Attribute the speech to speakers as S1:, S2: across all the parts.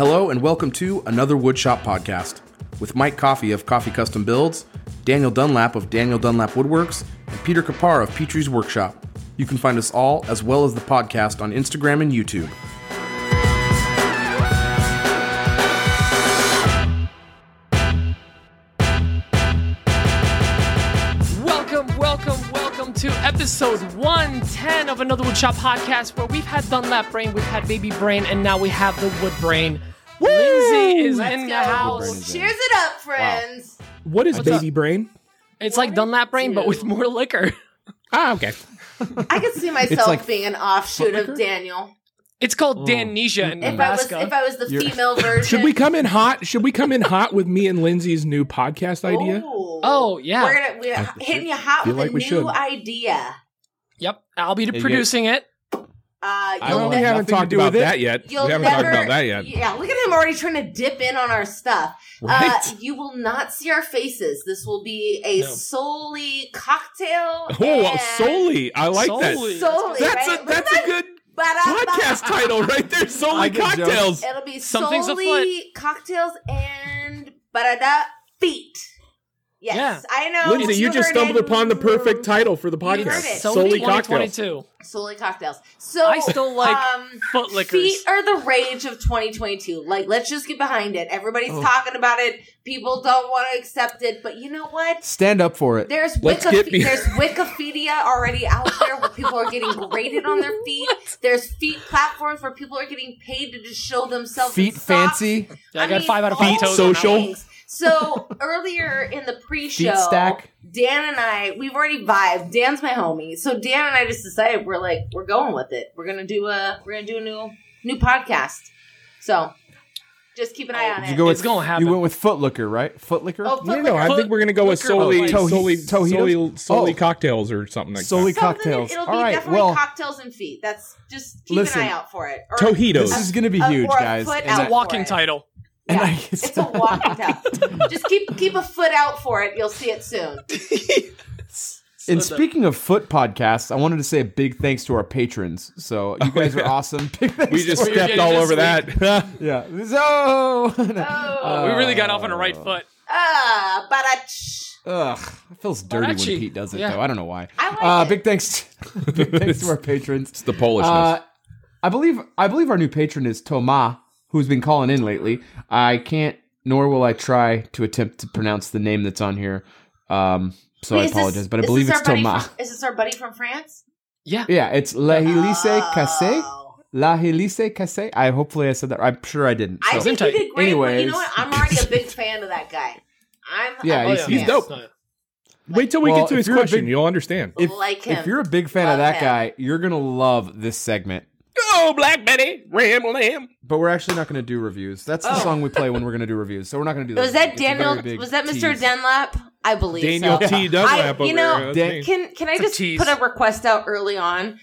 S1: Hello and welcome to another Woodshop podcast with Mike Coffey of Coffee Custom Builds, Daniel Dunlap of Daniel Dunlap Woodworks, and Peter Kapar of Petrie's Workshop. You can find us all as well as the podcast on Instagram and YouTube.
S2: Welcome, welcome, welcome to episode 110 of another Woodshop podcast where we've had Dunlap Brain, we've had Baby Brain, and now we have the Wood Brain. Lindsay is in the house.
S3: Cheers it up, friends.
S4: What is baby brain?
S2: It's like Dunlap Brain, but with more liquor.
S4: Ah, okay.
S3: I could see myself
S4: like
S3: being an offshoot of Daniel.
S2: It's
S4: Oh.
S2: called Danesia in
S3: If I was if
S2: Nebraska.
S3: I was the female version.
S4: Should we come in hot? Should we come in hot with me and Lindsay's new podcast idea?
S3: Ooh.
S2: Oh, yeah.
S3: We're gonna we're hitting you hot
S4: feel
S3: with
S4: like
S3: a
S4: we
S3: new
S4: should.
S3: idea.
S2: Yep, I'll be
S4: you
S2: producing it.
S3: Uh,
S4: I
S3: you'll
S4: don't- we
S3: ne-
S4: haven't
S5: nothing to
S4: talked
S5: do
S4: about
S5: with it.
S4: that yet. We
S3: you'll
S4: haven't
S3: never,
S4: talked about that yet.
S3: Yeah, look at him already trying to dip in on our stuff. Uh,
S4: Right.
S3: you will not see our faces. This will be a
S2: No.
S3: solely cocktail.
S4: oh, well,
S3: and-
S4: solely. I like
S2: Solely.
S3: Solely.
S4: that. That's
S3: right?
S4: a that's a good podcast title right there.
S5: I
S4: Solely
S5: get jokes.
S4: cocktails.
S3: It'll be
S2: Something's
S3: solely cocktails and ba-da-da feet. Yes,
S2: Yeah.
S3: I know.
S4: Lindsay, you just stumbled upon the perfect title for the
S3: You heard
S4: podcast.
S3: it.
S2: Solely
S4: Solely cocktails.
S2: 2022.
S3: Solely cocktails. So
S2: I still like
S3: um,
S2: foot lickers.
S3: Feet are the rage of 2022. Like, let's just get behind it. Everybody's
S4: Oh.
S3: talking about it. People don't want to accept it, but you know what?
S5: Stand up for it.
S3: There's
S4: Let's
S3: Wikife-
S4: get be-
S3: there's Wikipedia already out there where people are getting graded on their feet. There's feet platforms where people are getting paid to just show themselves. in
S5: Feet
S3: socks.
S5: fancy.
S2: Yeah, I got five out of
S3: all
S2: five
S3: the
S2: toes.
S4: social.
S3: things. So earlier in the pre-show,
S5: Feet stack.
S3: Dan and I, we've already vibed. Dan's my homie, so Dan and I just decided we're like we're going with it. We're gonna do a we're gonna do a new new podcast. So just keep an eye on
S5: Oh, Did you
S3: it.
S5: go with,
S2: It's gonna happen.
S5: You went with Footlicker, right? Footlicker.
S3: oh,
S4: No,
S3: foot
S4: no, I
S2: Foot-
S4: think we're gonna go with
S2: liquor
S4: solely,
S2: liquor.
S4: solely,
S5: Tohi-
S4: solely,
S5: Tohitos?
S4: solely
S5: Oh.
S4: cocktails or something like
S5: Solely
S4: that.
S5: cocktails.
S3: It'll be
S5: All right.
S3: definitely
S5: Well,
S3: cocktails and feet. That's just keep
S5: Listen,
S3: an eye out for it. Or-
S4: Tohitos.
S5: this is going to be
S3: Uh,
S5: huge,
S3: or a
S5: guys.
S3: foot
S5: And
S3: out.
S5: I-
S2: It's a walking
S3: Right.
S2: title.
S5: and
S3: Yeah,
S5: I-
S3: it's a walking towel. Just keep keep a foot out for it. You'll see it soon.
S5: and speaking of foot podcasts, I wanted to say a big thanks to our patrons. So you guys are awesome. Big thanks
S4: we just
S5: to your-
S4: stepped all over that.
S5: yeah. So
S3: Oh,
S2: we really got off on the right foot.
S3: ah, but I.
S5: Ugh, it feels dirty when
S2: Barachi.
S5: Pete does it
S2: Yeah.
S5: though. I don't know why.
S3: I like
S5: uh,
S3: it.
S5: Big thanks, to, big thanks to our patrons.
S4: it's the Polishness.
S5: Uh, I believe I believe our new patron is Toma, who's been calling in lately. I can't, nor will I try to attempt to pronounce the name that's on here. Um, so
S3: Wait,
S5: I
S3: is this-
S5: apologize, but I
S3: is
S5: believe
S3: this
S5: it's
S3: our buddy
S5: Toma.
S3: From, is this our buddy from France?
S2: Yeah.
S5: yeah, it's La Helice Casse.
S3: Oh.
S5: La Helice Casse. I hopefully I said that. I'm sure I didn't.
S3: I
S5: So.
S3: think you did great. Well, you
S5: anyways.
S3: know what? I'm already a big fan of that guy. I'm a
S4: Oh,
S5: Yeah,
S3: big
S5: he's-
S3: fan.
S4: he's dope. Wait till we
S5: Well,
S4: get to
S5: if
S4: his
S5: you're a
S4: question.
S5: big-
S4: You'll understand.
S5: if,
S3: like him.
S5: if you're a big fan
S3: Love
S5: of that
S3: him.
S5: guy, you're gonna love this segment.
S4: Oh, Black Betty, Ram Lamb.
S5: But we're actually not going to do reviews. That's the
S3: Oh.
S5: song we play when we're going to do reviews. So we're not going to do that.
S3: Was that
S5: It's a very
S3: Daniel?
S5: big
S3: Was that Mr.
S5: tease.
S3: Dunlap? I believe
S4: Daniel
S3: so.
S4: T. Dunlap
S3: I-
S4: over
S3: you know,
S4: here. That's
S5: Dan-
S4: me.
S3: Can can I
S2: It's a
S3: just
S2: tease.
S3: put a request out early on?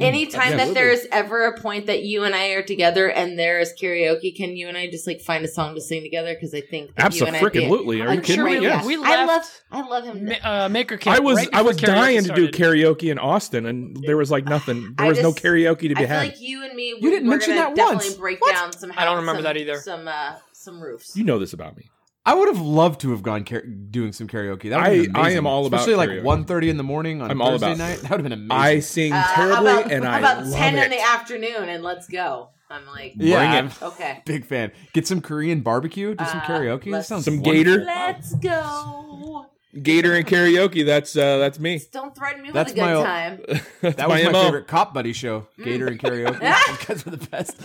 S3: Anytime that
S4: absolutely.
S3: there is ever a point that you and I are together and there is karaoke, can you and I just like find a song to sing together? Because I think that you and I be-
S4: Absolutely. Are
S3: I'm
S4: you kidding
S3: sure
S4: me?
S3: we-
S4: Yes.
S2: we
S3: I love
S2: left-
S3: I love him.
S2: Ma- Uh, maker camp.
S4: I was
S2: right
S4: I was
S2: before karaoke
S4: dying to do
S2: started.
S4: karaoke in Austin, and there was like nothing. There
S3: I
S4: was no
S3: just-
S4: karaoke to
S3: I
S4: be
S3: feel
S4: had.
S3: like you and me.
S5: You didn't
S3: we're
S5: mention
S3: gonna
S5: that
S3: definitely
S5: once.
S3: Break down some.
S2: I don't remember
S3: some-
S2: that either.
S3: Some uh, some roofs.
S4: you know this about me.
S5: I would have loved to have gone car- doing some karaoke. That would have been
S4: I- I
S5: amazing.
S4: am all about
S5: especially
S4: karaoke.
S5: like 1.30 in the morning on
S4: I'm all
S5: Thursday
S4: about
S5: night. That would have been amazing.
S4: I sing
S3: Uh, how
S4: terribly,
S3: about,
S4: and
S3: how
S4: I
S3: about
S4: love
S3: ten
S4: it.
S3: in the afternoon and let's go. I'm like,
S5: yeah,
S4: Bring it.
S5: I'm a
S3: okay,
S5: big fan. Get some Korean barbecue. Do some
S3: Uh,
S5: karaoke. That
S3: let's-
S5: sounds
S4: Some
S5: wonderful.
S4: gator.
S3: let's go.
S4: Gator and karaoke. That's uh, that's me.
S3: Just don't threaten me
S5: That's
S3: with a
S5: my
S3: good
S5: old-
S3: time.
S4: That's
S5: That was my,
S4: MO.
S5: favorite cop buddy show.
S3: Mm.
S5: Gator and karaoke. you guys were the best.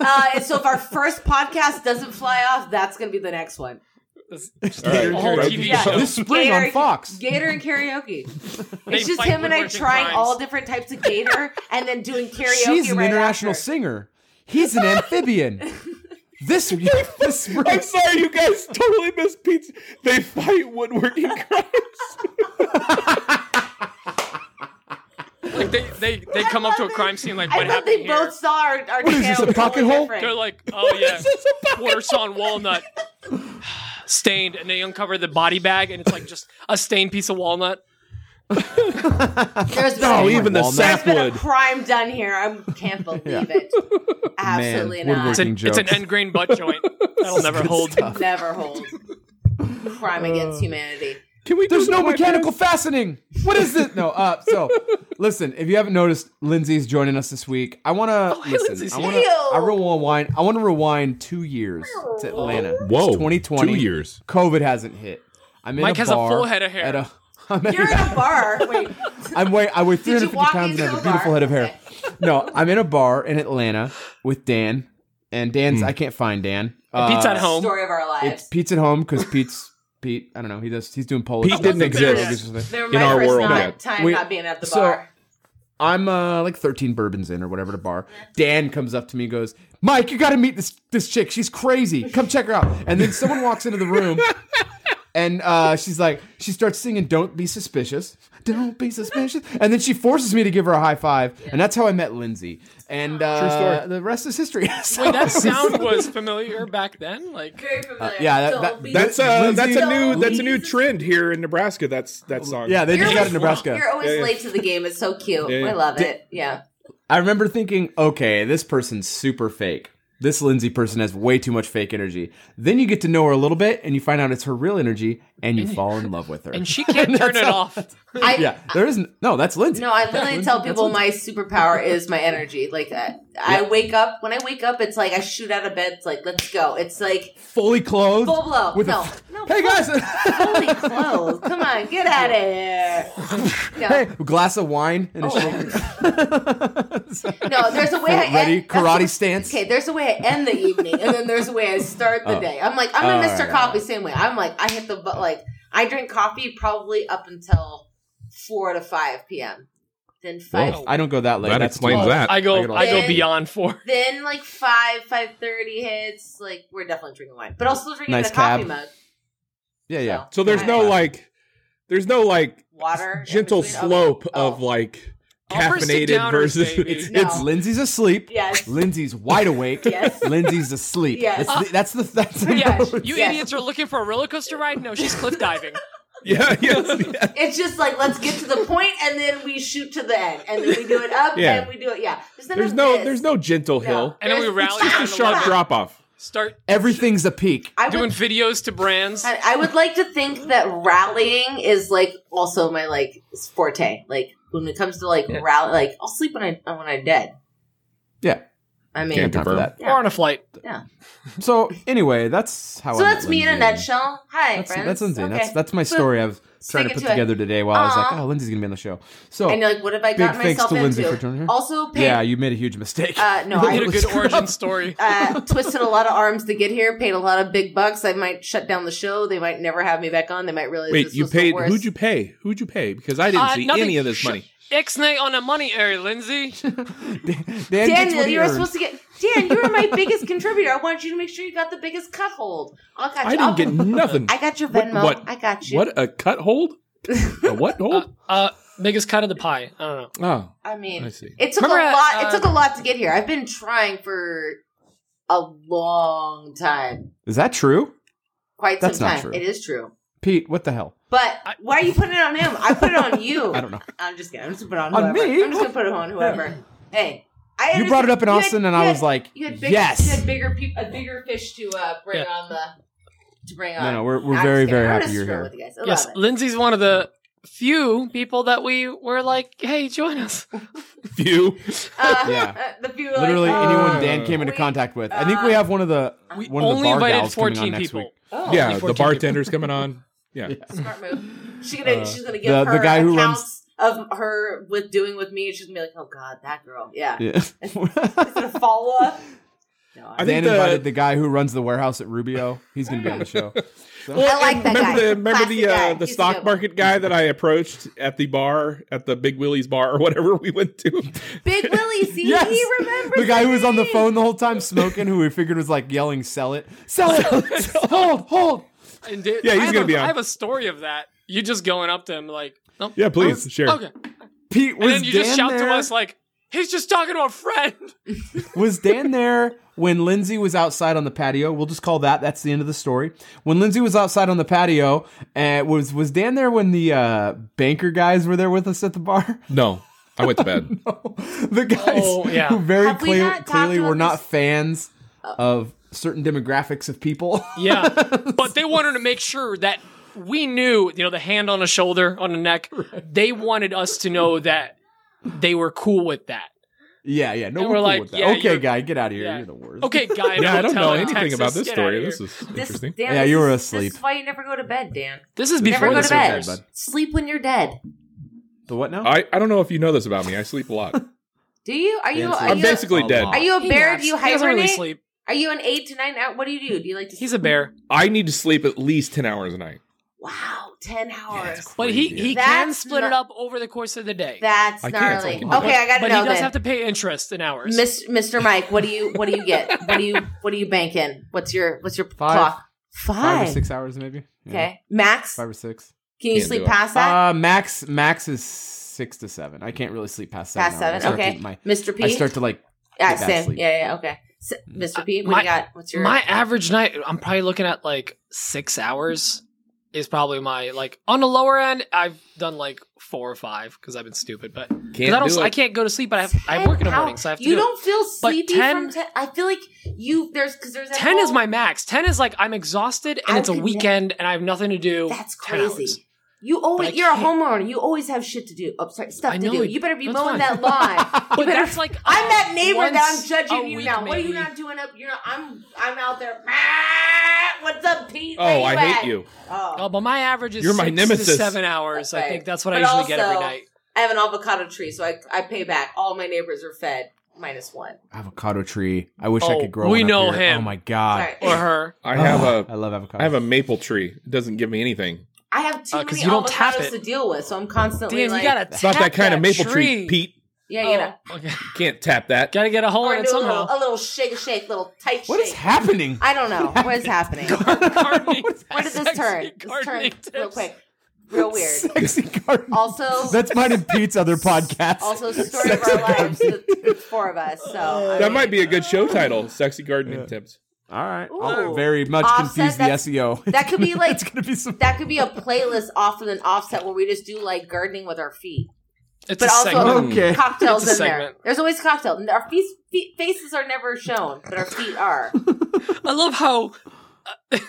S3: uh, and so if our first podcast doesn't fly off, that's gonna be the next one.
S4: right.
S2: The whole
S4: Right.
S2: TV
S4: Yeah.
S2: show.
S5: this spring
S3: Gator-
S5: on Fox.
S3: Gator and karaoke.
S2: They
S3: It's just
S2: fight
S3: him and I
S2: woodworking
S3: trying
S2: crimes.
S3: all different types of gator and then doing karaoke.
S5: She's an
S3: right
S5: international
S3: after.
S5: singer. He's an amphibian. this this spring.
S4: I'm sorry, you guys totally missed Pete's. They fight woodworking crimes.
S2: Like they, they, they come up to a crime scene like
S3: I
S2: what
S3: thought
S2: happened
S3: they
S2: here.
S3: both saw our, our
S5: What is this,
S3: channel
S5: a pocket
S3: totally
S5: hole?
S3: different.
S2: They're like, oh yeah, quarter sawn walnut, stained, and they uncover the body bag, and it's like just a stained piece of walnut.
S3: There's been,
S4: No,
S3: a,
S4: even the
S5: Walnut.
S3: there's been a
S4: sapwood.
S3: crime done here. I can't believe it. Absolutely
S5: Man,
S2: It's
S3: not.
S5: woodworking.
S2: an, it's an
S5: jokes.
S2: end grain butt joint. That'll never hold.
S3: Never hold.
S4: Uh,
S3: Crime against humanity.
S4: Can we?
S5: There's
S4: do
S5: no
S4: the
S5: mechanical
S4: podcast?
S5: fastening. What is this? No, uh, so listen, if you haven't noticed, Lindsay's joining us this week. I want to
S2: hey,
S5: listen.
S2: Lindsay's
S5: I
S2: here.
S5: want to. I rewind. I want to rewind two years to
S2: Oh.
S5: Atlanta.
S4: Whoa,
S5: It's 2020.
S4: two years.
S5: COVID hasn't hit. I'm in
S2: Mike
S5: a
S2: has a
S5: bar
S2: full head of hair.
S5: at a- I'm at
S3: You're in a bar. Wait.
S5: I'm weigh, I weigh
S3: you
S5: 350
S3: walk
S5: pounds and
S3: into
S5: have
S3: a
S5: a beautiful
S3: bar?
S5: head of hair. No, I'm in a bar in Atlanta with Dan, and Dan's
S4: Hmm.
S5: I can't find Dan. Uh,
S2: Pete's at home.
S3: Story of our
S5: It's
S3: lives.
S5: Pete's at home because Pete's Pete. I don't know. He does. He's doing Polish.
S4: Pete didn't
S2: exist.
S3: There
S4: in our world,
S3: Not,
S4: yeah.
S3: Time
S5: We-
S3: not being at the
S5: so-
S3: bar.
S5: I'm uh, like 13 bourbons in or whatever to bar. Dan comes up to me and goes, Mike, you got to meet this this chick. She's crazy. Come check her out. And then someone walks into the room and uh, she's like, she starts singing Don't Be Suspicious. Don't be suspicious. And then she forces me to give her a high five. And that's how I met Lindsay. And uh,
S4: story.
S5: the rest is history. So-
S2: Wait, that sound was familiar back then. Like
S3: Very familiar.
S5: yeah, that-
S3: Don't
S5: that-
S3: be-
S4: That's a that's
S5: Lindsay-
S4: a new that's a new
S3: Lindsay-
S4: trend here in Nebraska. That's that song.
S5: yeah, they
S3: You're
S5: just got
S3: always,
S5: to Nebraska.
S3: You're always
S4: Yeah, yeah.
S3: late to the game. It's so cute.
S4: Yeah, yeah.
S3: I love it. Yeah.
S5: I remember thinking, okay, this person's super fake. This Lindsay person has way too much fake energy. Then you get to know her a little bit and you find out it's her real energy and you fall in love with her.
S2: and she can't turn it off.
S3: I,
S5: yeah, there is n- no, that's Lindsay.
S3: No, I literally tell people my superpower is my energy. Like uh, I wake up when I wake up, it's like I shoot out of bed. It's like let's go. It's like
S5: fully clothed.
S3: full blow.
S5: With a
S3: no,
S5: f-
S3: no,
S5: hey guys,
S3: fully clothed. Come on, get out of here. No,
S5: hey, glass of wine and a
S3: Oh.
S5: shake.
S3: no, there's a way I end,
S5: Ready?
S3: that's
S5: Karate
S3: what-
S5: stance. Oh.
S3: Okay, there's a way I end the evening, and then there's a way I start the day. I'm like I'm a
S5: All
S3: Mr.
S5: right,
S3: Coffee same way. I'm like I hit the but like I drink coffee probably up until four to five p.m. Then five
S5: I don't go that late.
S6: That
S5: That's
S6: explains
S5: too-
S6: that.
S2: I
S5: I
S2: go,
S5: go
S2: I go
S3: like-
S2: beyond four.
S3: Then like five, five thirty hits. Like we're definitely drinking wine, but also drinking
S5: Nice
S3: a coffee
S5: cab.
S3: mug.
S5: Yeah, yeah.
S4: So there's no like, there's no like
S3: water, in
S4: gentle
S3: between. Okay.
S4: slope of
S3: Oh.
S4: like
S2: Uppers to
S4: caffeinated
S2: downers,
S4: versus
S2: baby.
S4: it's
S3: No.
S4: it's
S5: Lindsay's asleep.
S3: Yes.
S5: Lindsay's wide awake.
S3: Yes.
S5: Lindsay's asleep.
S3: Yes.
S5: It's the- that's the that's the
S2: Yeah,
S5: note.
S2: you
S3: Yes.
S2: idiots are looking for a roller coaster ride. No, she's cliff diving.
S4: yeah yes, yeah.
S3: It's just like let's get to the point, and then we shoot to the end, and then we do it up,
S4: Yeah.
S3: and we do it. Yeah, none
S4: There's
S3: of
S4: no
S3: this.
S4: there's no gentle hill.
S2: And then we
S3: There's-
S2: rally
S3: it's
S2: around
S4: It's a sharp drop off.
S2: Start
S5: Everything's a peak.
S3: I
S2: doing
S3: would,
S2: videos to brands.
S3: I I would like to think that rallying is like also my like forte. Like when it comes to like rally, like I'll sleep when I when I'm dead.
S5: Yeah.
S3: I mean,
S5: Can't time for
S4: burp.
S5: that.
S2: Or on a flight.
S5: So anyway, that's how.
S3: so
S5: I met
S3: that's me in a
S5: Lindsay.
S3: nutshell. Hi,
S5: That's,
S3: friends.
S5: that's Lindsay.
S3: Okay.
S5: That's that's my
S3: So-
S5: story. I was trying
S3: it
S5: to put
S3: to it.
S5: together today while I was like,
S3: Aw.
S5: oh, Lindsay's gonna be on the show. So
S3: And you're like, what have I
S5: big
S3: gotten
S5: thanks
S3: myself
S5: to Lindsay
S3: into?
S5: for joining here.
S3: Also, pan-
S5: yeah, you made a huge mistake.
S3: Uh, no,
S2: Did
S3: I
S2: a good origin story.
S3: uh, twisted a lot of arms to get here. Paid a lot of big bucks. I might shut down the show. They might never have me back on. They might realize.
S4: Wait,
S3: this
S4: you
S3: was the
S4: paid?
S3: worst.
S4: Who'd you pay? Who'd you pay? Because I didn't
S2: Uh,
S4: see
S2: nothing-
S4: any of this
S2: Sh-
S4: money.
S2: Ixnay on a money errand, Lindsay.
S5: Dan, gets
S3: Daniel,
S5: what he
S3: you were
S5: earned.
S3: supposed to get. Dan, you were my biggest contributor. I wanted you to make sure you got the biggest cut hold. I got you.
S4: I
S3: I'll-
S4: didn't get nothing.
S3: I got your
S4: What-
S3: Venmo.
S4: what-
S3: I got you.
S4: What a cut hold? A what hold?
S2: Uh, biggest cut of the pie. I don't know.
S4: oh,
S3: I mean,
S4: I see.
S3: it took
S2: Remember,
S3: a
S2: uh,
S3: lot. it
S2: uh,
S3: took a lot to get here. I've been trying for a long time.
S5: Is that true,
S3: Quite
S5: That's
S3: some
S5: not
S3: time.
S5: true.
S3: It is true.
S5: Pete? What the hell?
S3: But
S2: I-
S3: why are you putting it on him? I put it on you.
S5: I don't know.
S3: I'm just kidding. I'm just gonna put it on
S5: On
S3: whoever.
S5: me?
S3: I'm just gonna put it on whoever. Hey, I
S5: You brought it up in
S3: understand-
S5: Austin,
S3: you
S5: and
S3: had-
S5: I
S3: you
S5: was
S3: had-
S5: like,
S3: you had big, you
S5: yes.
S3: had bigger peop a bigger fish to uh, bring
S2: Yeah.
S3: on the to bring on.
S5: No, no, we're
S3: I'm
S5: we're
S3: just
S5: very
S3: kidding.
S5: very
S3: I'm
S5: happy
S3: gonna
S5: you're
S3: screw
S5: here.
S3: With you guys. I
S2: Yes,
S3: love it.
S2: Lindsay's one of the few people that we were like, hey, join us.
S4: Few.
S3: Uh,
S5: Yeah.
S3: the few
S5: Literally
S3: like, "Oh,
S5: anyone
S4: uh,
S5: Dan came into
S3: we-
S5: contact with. I think we have one of the
S2: We
S5: one of the
S2: only
S5: bar
S2: invited
S5: gals coming on
S2: 14
S5: next
S2: people.
S5: week.
S3: Oh,
S4: Yeah, the
S2: 14
S4: bartender's coming on. Yeah.
S3: smart move. She gonna she's gonna give
S5: Uh, the- the
S3: her
S5: guy who
S3: accounts of her with doing with me, and she's gonna be like, oh god, that girl. Yeah,
S5: Yeah.
S3: it's a follow up. No, I,
S4: I
S5: Dan
S4: think the-
S5: invited the guy who runs the warehouse at Rubio. He's gonna be on the show.
S3: I like that
S4: remember
S3: guy.
S4: The, remember
S3: Classy
S4: the uh,
S3: guy.
S4: the
S3: He's a good
S4: stock
S3: one.
S4: market guy that I approached at the bar at the Big Willie's bar or whatever we went to.
S3: Big Willie, see,
S5: Yes.
S3: he remembers
S5: The guy who was on the
S3: me.
S5: phone the whole time smoking, who we figured was like yelling, "Sell it, sell it, hold, hold."
S2: And da-
S4: Yeah,
S2: I
S4: he's
S2: have
S4: gonna
S2: a-
S4: be on.
S2: I have a story of that. You just going up to him like, nope.
S4: Yeah,
S3: Oh,
S4: please share.
S2: Okay.
S5: Pete was
S2: And then you just
S5: Dan
S2: shout
S5: there?
S2: to us like, he's just talking to a friend.
S5: was Dan there when Lindsay was outside on the patio, we'll just call that. That's the end of the story. When Lindsay was outside on the patio, and was was Dan there when the uh, banker guys were there with us at the bar?
S4: No, I went to bed.
S5: the guys
S2: Oh, yeah.
S5: who very
S3: Have we
S5: clear,
S3: not talked
S5: clearly
S3: about
S5: were not
S3: this?
S5: fans of certain demographics of people.
S2: Yeah. but they wanted to make sure that we knew, you know, the hand on the shoulder, on the neck. They wanted us to know that they were cool with that.
S5: yeah, yeah. No, we're,
S2: And we're
S5: cool
S2: like,
S5: with that.
S2: yeah,
S5: okay,
S2: you're-
S5: guy, get out of here.
S2: yeah.
S5: You're the worst.
S2: Okay, guy. in a
S4: Yeah, I don't
S2: hotel
S4: know
S2: in
S4: anything
S2: Texas,
S4: about this
S2: get
S4: story.
S2: outta
S4: This
S2: here.
S4: is
S3: This,
S4: interesting.
S3: Dan,
S5: Yeah,
S3: this
S5: you were
S3: is- This
S5: asleep.
S3: is why you never go to bed, Dan.
S2: This is
S3: Never
S2: before
S3: go
S2: the
S3: to bed.
S2: surgery.
S5: bud.
S3: Sleep when you're dead.
S5: The what now?
S4: I, I don't know if you know this about me. I sleep a lot.
S3: Do you? Are you?
S5: Dan
S3: Are
S5: sleeps
S4: I'm
S3: you,
S4: basically
S5: a
S4: dead.
S5: lot.
S3: are you a
S2: He
S3: bear?
S2: naps.
S3: Oh, Do you
S2: He doesn't
S3: hibernate?
S2: really sleep.
S3: Are you an eight to nine hour? What do you do? Do you like to?
S2: He's a bear,
S4: I need to sleep at least 10 hours a night.
S3: wow, ten hours.
S2: but he he
S3: That's
S2: can split it
S3: not-
S2: up over the course of the day.
S3: That's
S4: I can't, so I
S3: gnarly.
S4: can do
S3: okay, I got to
S2: but
S3: know
S2: he does
S3: then.
S2: have to pay interest in hours.
S3: Mis- Mr. Mike, what do you what do you get? What do you what do you bank in? What's your what's your
S5: Five.
S3: clock?
S5: Five
S3: Five.
S5: or six hours, maybe. Yeah.
S3: Okay, max.
S5: Five or six.
S3: Can you
S4: Can't
S3: sleep
S4: do it.
S3: past that?
S5: Uh, max max is six to seven. I can't really sleep past seven.
S3: past
S5: hours. I
S3: seven.
S5: start to-
S3: Okay,
S5: my-
S3: Mr. P.
S5: I start to like.
S3: yeah,
S5: get bad
S3: same.
S5: sleep. Mm.
S3: Yeah, yeah. Okay, S- Mr. P. What
S2: my-
S3: do you got? What's your
S2: my average night, I'm probably looking at like six hours. Is probably my like on the lower end. I've done like four or five because I've been stupid, but 'cause I don't.
S4: do
S2: I
S4: it.
S2: can't go to sleep, but I have, I have work in the
S3: Ten
S2: morning,
S3: hours.
S2: so I have to.
S3: You
S2: do
S3: don't feel
S2: But
S3: sleepy
S2: 10
S3: from ten. I feel like you there's because there's
S2: it.
S3: that
S2: Ten is
S3: whole-
S2: my max. Ten is like I'm exhausted and
S3: I
S2: it's a
S3: could ne-
S2: weekend and I have nothing to do.
S3: That's
S2: 10 hours.
S3: crazy. You
S2: I
S3: always you're a
S2: can't-
S3: homeowner. You always have shit to do. Oh, sorry, stuff
S2: I
S3: to
S2: know
S3: do.
S2: it.
S3: You better be
S2: That's
S3: mowing
S2: fine.
S3: that lawn.
S2: But
S3: you better
S2: that's like
S3: I'm that neighbor that I'm
S2: once a
S3: judging you
S2: week,
S3: now. What are you
S2: maybe.
S3: not doing up? You're not, I'm I'm out there. "Ah, What's up, Pete? Where
S4: Oh, I
S3: you at?"
S4: hate you.
S2: Oh,
S3: Oh,
S2: but my average is
S4: You're my
S2: six to
S4: nemesis.
S2: seven hours. I
S3: Okay.
S2: think that's what I
S3: But
S2: usually get every
S3: also-
S2: night.
S3: I have an avocado tree, so I I pay back. All my neighbors are fed minus one.
S5: Avocado tree. I wish I
S2: Oh,
S5: could grow.
S2: we
S5: one up
S2: know
S5: here.
S2: him.
S5: Oh my god.
S3: Sorry.
S2: Or her.
S4: I have
S5: Ugh, I
S4: a
S5: love avocado.
S4: I have a maple tree. It doesn't give me anything.
S3: I have too
S2: Uh, 'cause
S3: many
S2: you don't tap
S3: avocados
S2: it.
S3: to deal with, so I'm constantly
S2: Dan,
S3: like,
S2: you gotta.
S4: It's not that kind of maple tree, Pete.
S3: yeah, you
S2: Oh,
S3: gotta,
S2: okay.
S4: You can't tap that.
S2: Gotta get a hole
S3: or
S2: in it
S3: do a little,
S2: somehow.
S3: a little shake, shake, little tight
S5: What is
S3: shake.
S5: happening?
S3: I don't know what is happening. Where did this turn? This turn real quick, real weird.
S5: Sexy garden.
S3: Also,
S5: That's mine and Pete's other podcast.
S3: also story of our lives, the, the four of us. So I
S4: That
S3: mean,
S4: might be a good show title. Sexy gardening tips.
S5: All right.
S3: Ooh.
S5: I'll very much
S3: Offset,
S5: confuse the
S3: that's-
S5: SEO.
S3: that could be like
S5: it's gonna be some.
S3: that could be a playlist off of an offset where we just do like gardening with our feet,
S2: It's
S3: but
S2: a
S3: also
S2: segment.
S5: Okay.
S3: cocktails
S2: It's
S3: in
S2: a
S3: there.
S2: segment.
S3: There's always cocktail. And Our feet, feet, faces are never shown, but our feet are.
S2: I love how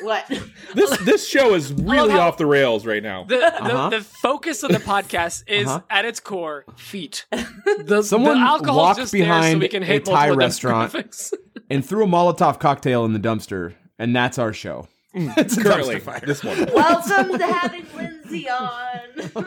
S3: what?
S4: This this show is really
S2: how-
S4: off the rails right now.
S2: the,
S5: Uh-huh.
S2: the, the focus of the podcast is
S5: Uh-huh.
S2: at its core feet. The,
S5: Someone
S2: the alcohol's
S5: walked
S2: just there so
S5: behind
S2: we can
S5: a
S2: hit
S5: Thai
S2: multiple
S5: restaurant.
S2: demographics.
S5: and threw a Molotov cocktail in the dumpster, and that's our show.
S2: Mm.
S5: it's a
S4: Currently,
S5: dumpster fire.
S4: this one.
S3: Welcome to having Lindsay on.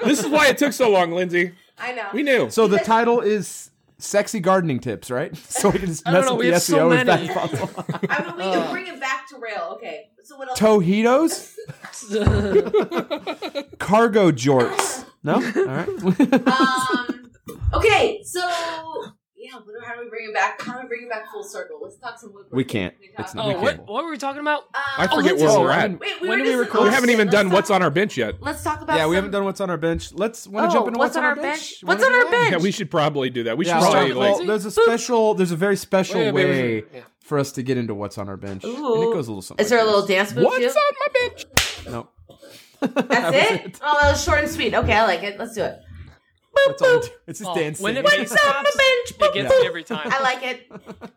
S4: This is why it took so long, Lindsay.
S3: I know.
S4: We knew.
S5: So the title is "Sexy Gardening Tips," right? So we can just
S2: I don't
S5: mess
S2: know,
S5: up
S2: we
S5: the E
S2: have
S5: SEO
S2: so
S5: as
S2: many.
S5: best as possible.
S3: I mean, we
S5: Uh.
S3: can bring it back to rail. Okay. So what else?
S5: Tojitos,
S2: Oh,
S5: cargo jorts. No, all right.
S3: um. Okay. So yeah, what, how do we bring it back? How do we bring it back full circle? Let's talk some wood.
S5: We can't.
S3: talk
S5: It's
S3: about-
S5: not-
S2: oh,
S5: We
S2: what,
S5: can.
S2: what were we talking about?
S4: I
S3: Um,
S4: forget
S2: Lindsay-
S4: where
S5: oh,
S4: we're
S5: I
S4: at.
S5: haven't-
S3: wait, we
S2: when
S3: were
S2: do we
S3: just-
S2: record?
S4: We haven't
S3: let's
S4: even done
S3: talk-
S4: what's on our bench yet.
S3: Let's talk about.
S5: yeah, we
S3: some-
S5: haven't done what's on our bench. Let's want
S3: Oh,
S5: to jump into
S3: what's
S5: what's,
S3: on our bench? What's on our bench?
S4: Yeah, we should probably do that. We should
S5: Yeah,
S4: probably
S5: sorry,
S2: start with Oh,
S4: like
S5: well, there's
S2: Lindsay.
S5: a special. There's a very special
S2: Wait, wait, wait,
S5: way
S2: wait, wait.
S5: for us to get into what's on our bench, and
S3: Ooh.
S5: it goes a little something.
S3: Is there a
S5: like
S3: little dance move? too?
S4: what's on my bench.
S5: this. No,
S3: That's it? Oh, that was short and sweet. Okay, I like it. Let's do it.
S5: that's all. It's just
S2: Oh,
S5: dancing.
S2: when it makes
S3: What's on my bench?
S2: it gets me every time.
S3: I like it.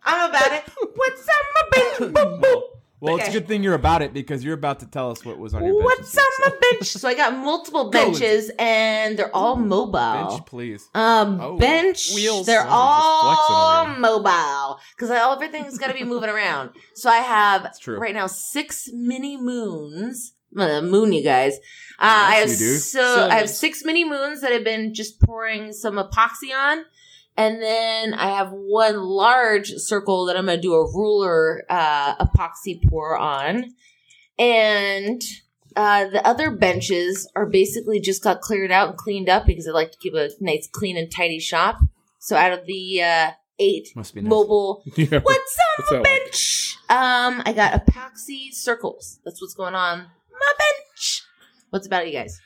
S3: I'm about it. What's on my bench? Boop, boop.
S5: Well, it's
S3: Okay.
S5: a good thing you're about it because you're about to tell us what was on your bench.
S3: What's
S5: this week,
S3: on
S5: so-
S3: my bench? So I got multiple
S5: Go with
S3: benches and they're all mobile.
S5: bench, please?
S3: Um,
S5: Oh.
S3: bench.
S2: Wheels.
S3: They're
S5: Oh, just flexing
S3: all
S5: over here.
S3: mobile because all everything's got to be moving around. So I have
S5: true.
S3: right now six mini moons. Uh, moon, you guys. Uh, I have
S5: Yes, you do.
S3: so I have
S2: Silvers.
S3: six mini moons that have been just pouring some epoxy on, and then I have one large circle that I'm going to do a ruler uh, epoxy pour on, and uh, the other benches are basically just got cleared out and cleaned up because I like to keep a nice, clean, and tidy shop. So out of the uh, eight
S5: Must be nice.
S3: mobile,
S4: Yeah.
S3: what's on
S4: What's
S3: my
S4: that like?
S3: bench? Um, I got epoxy circles. That's what's going on my bench. What's about it, you guys?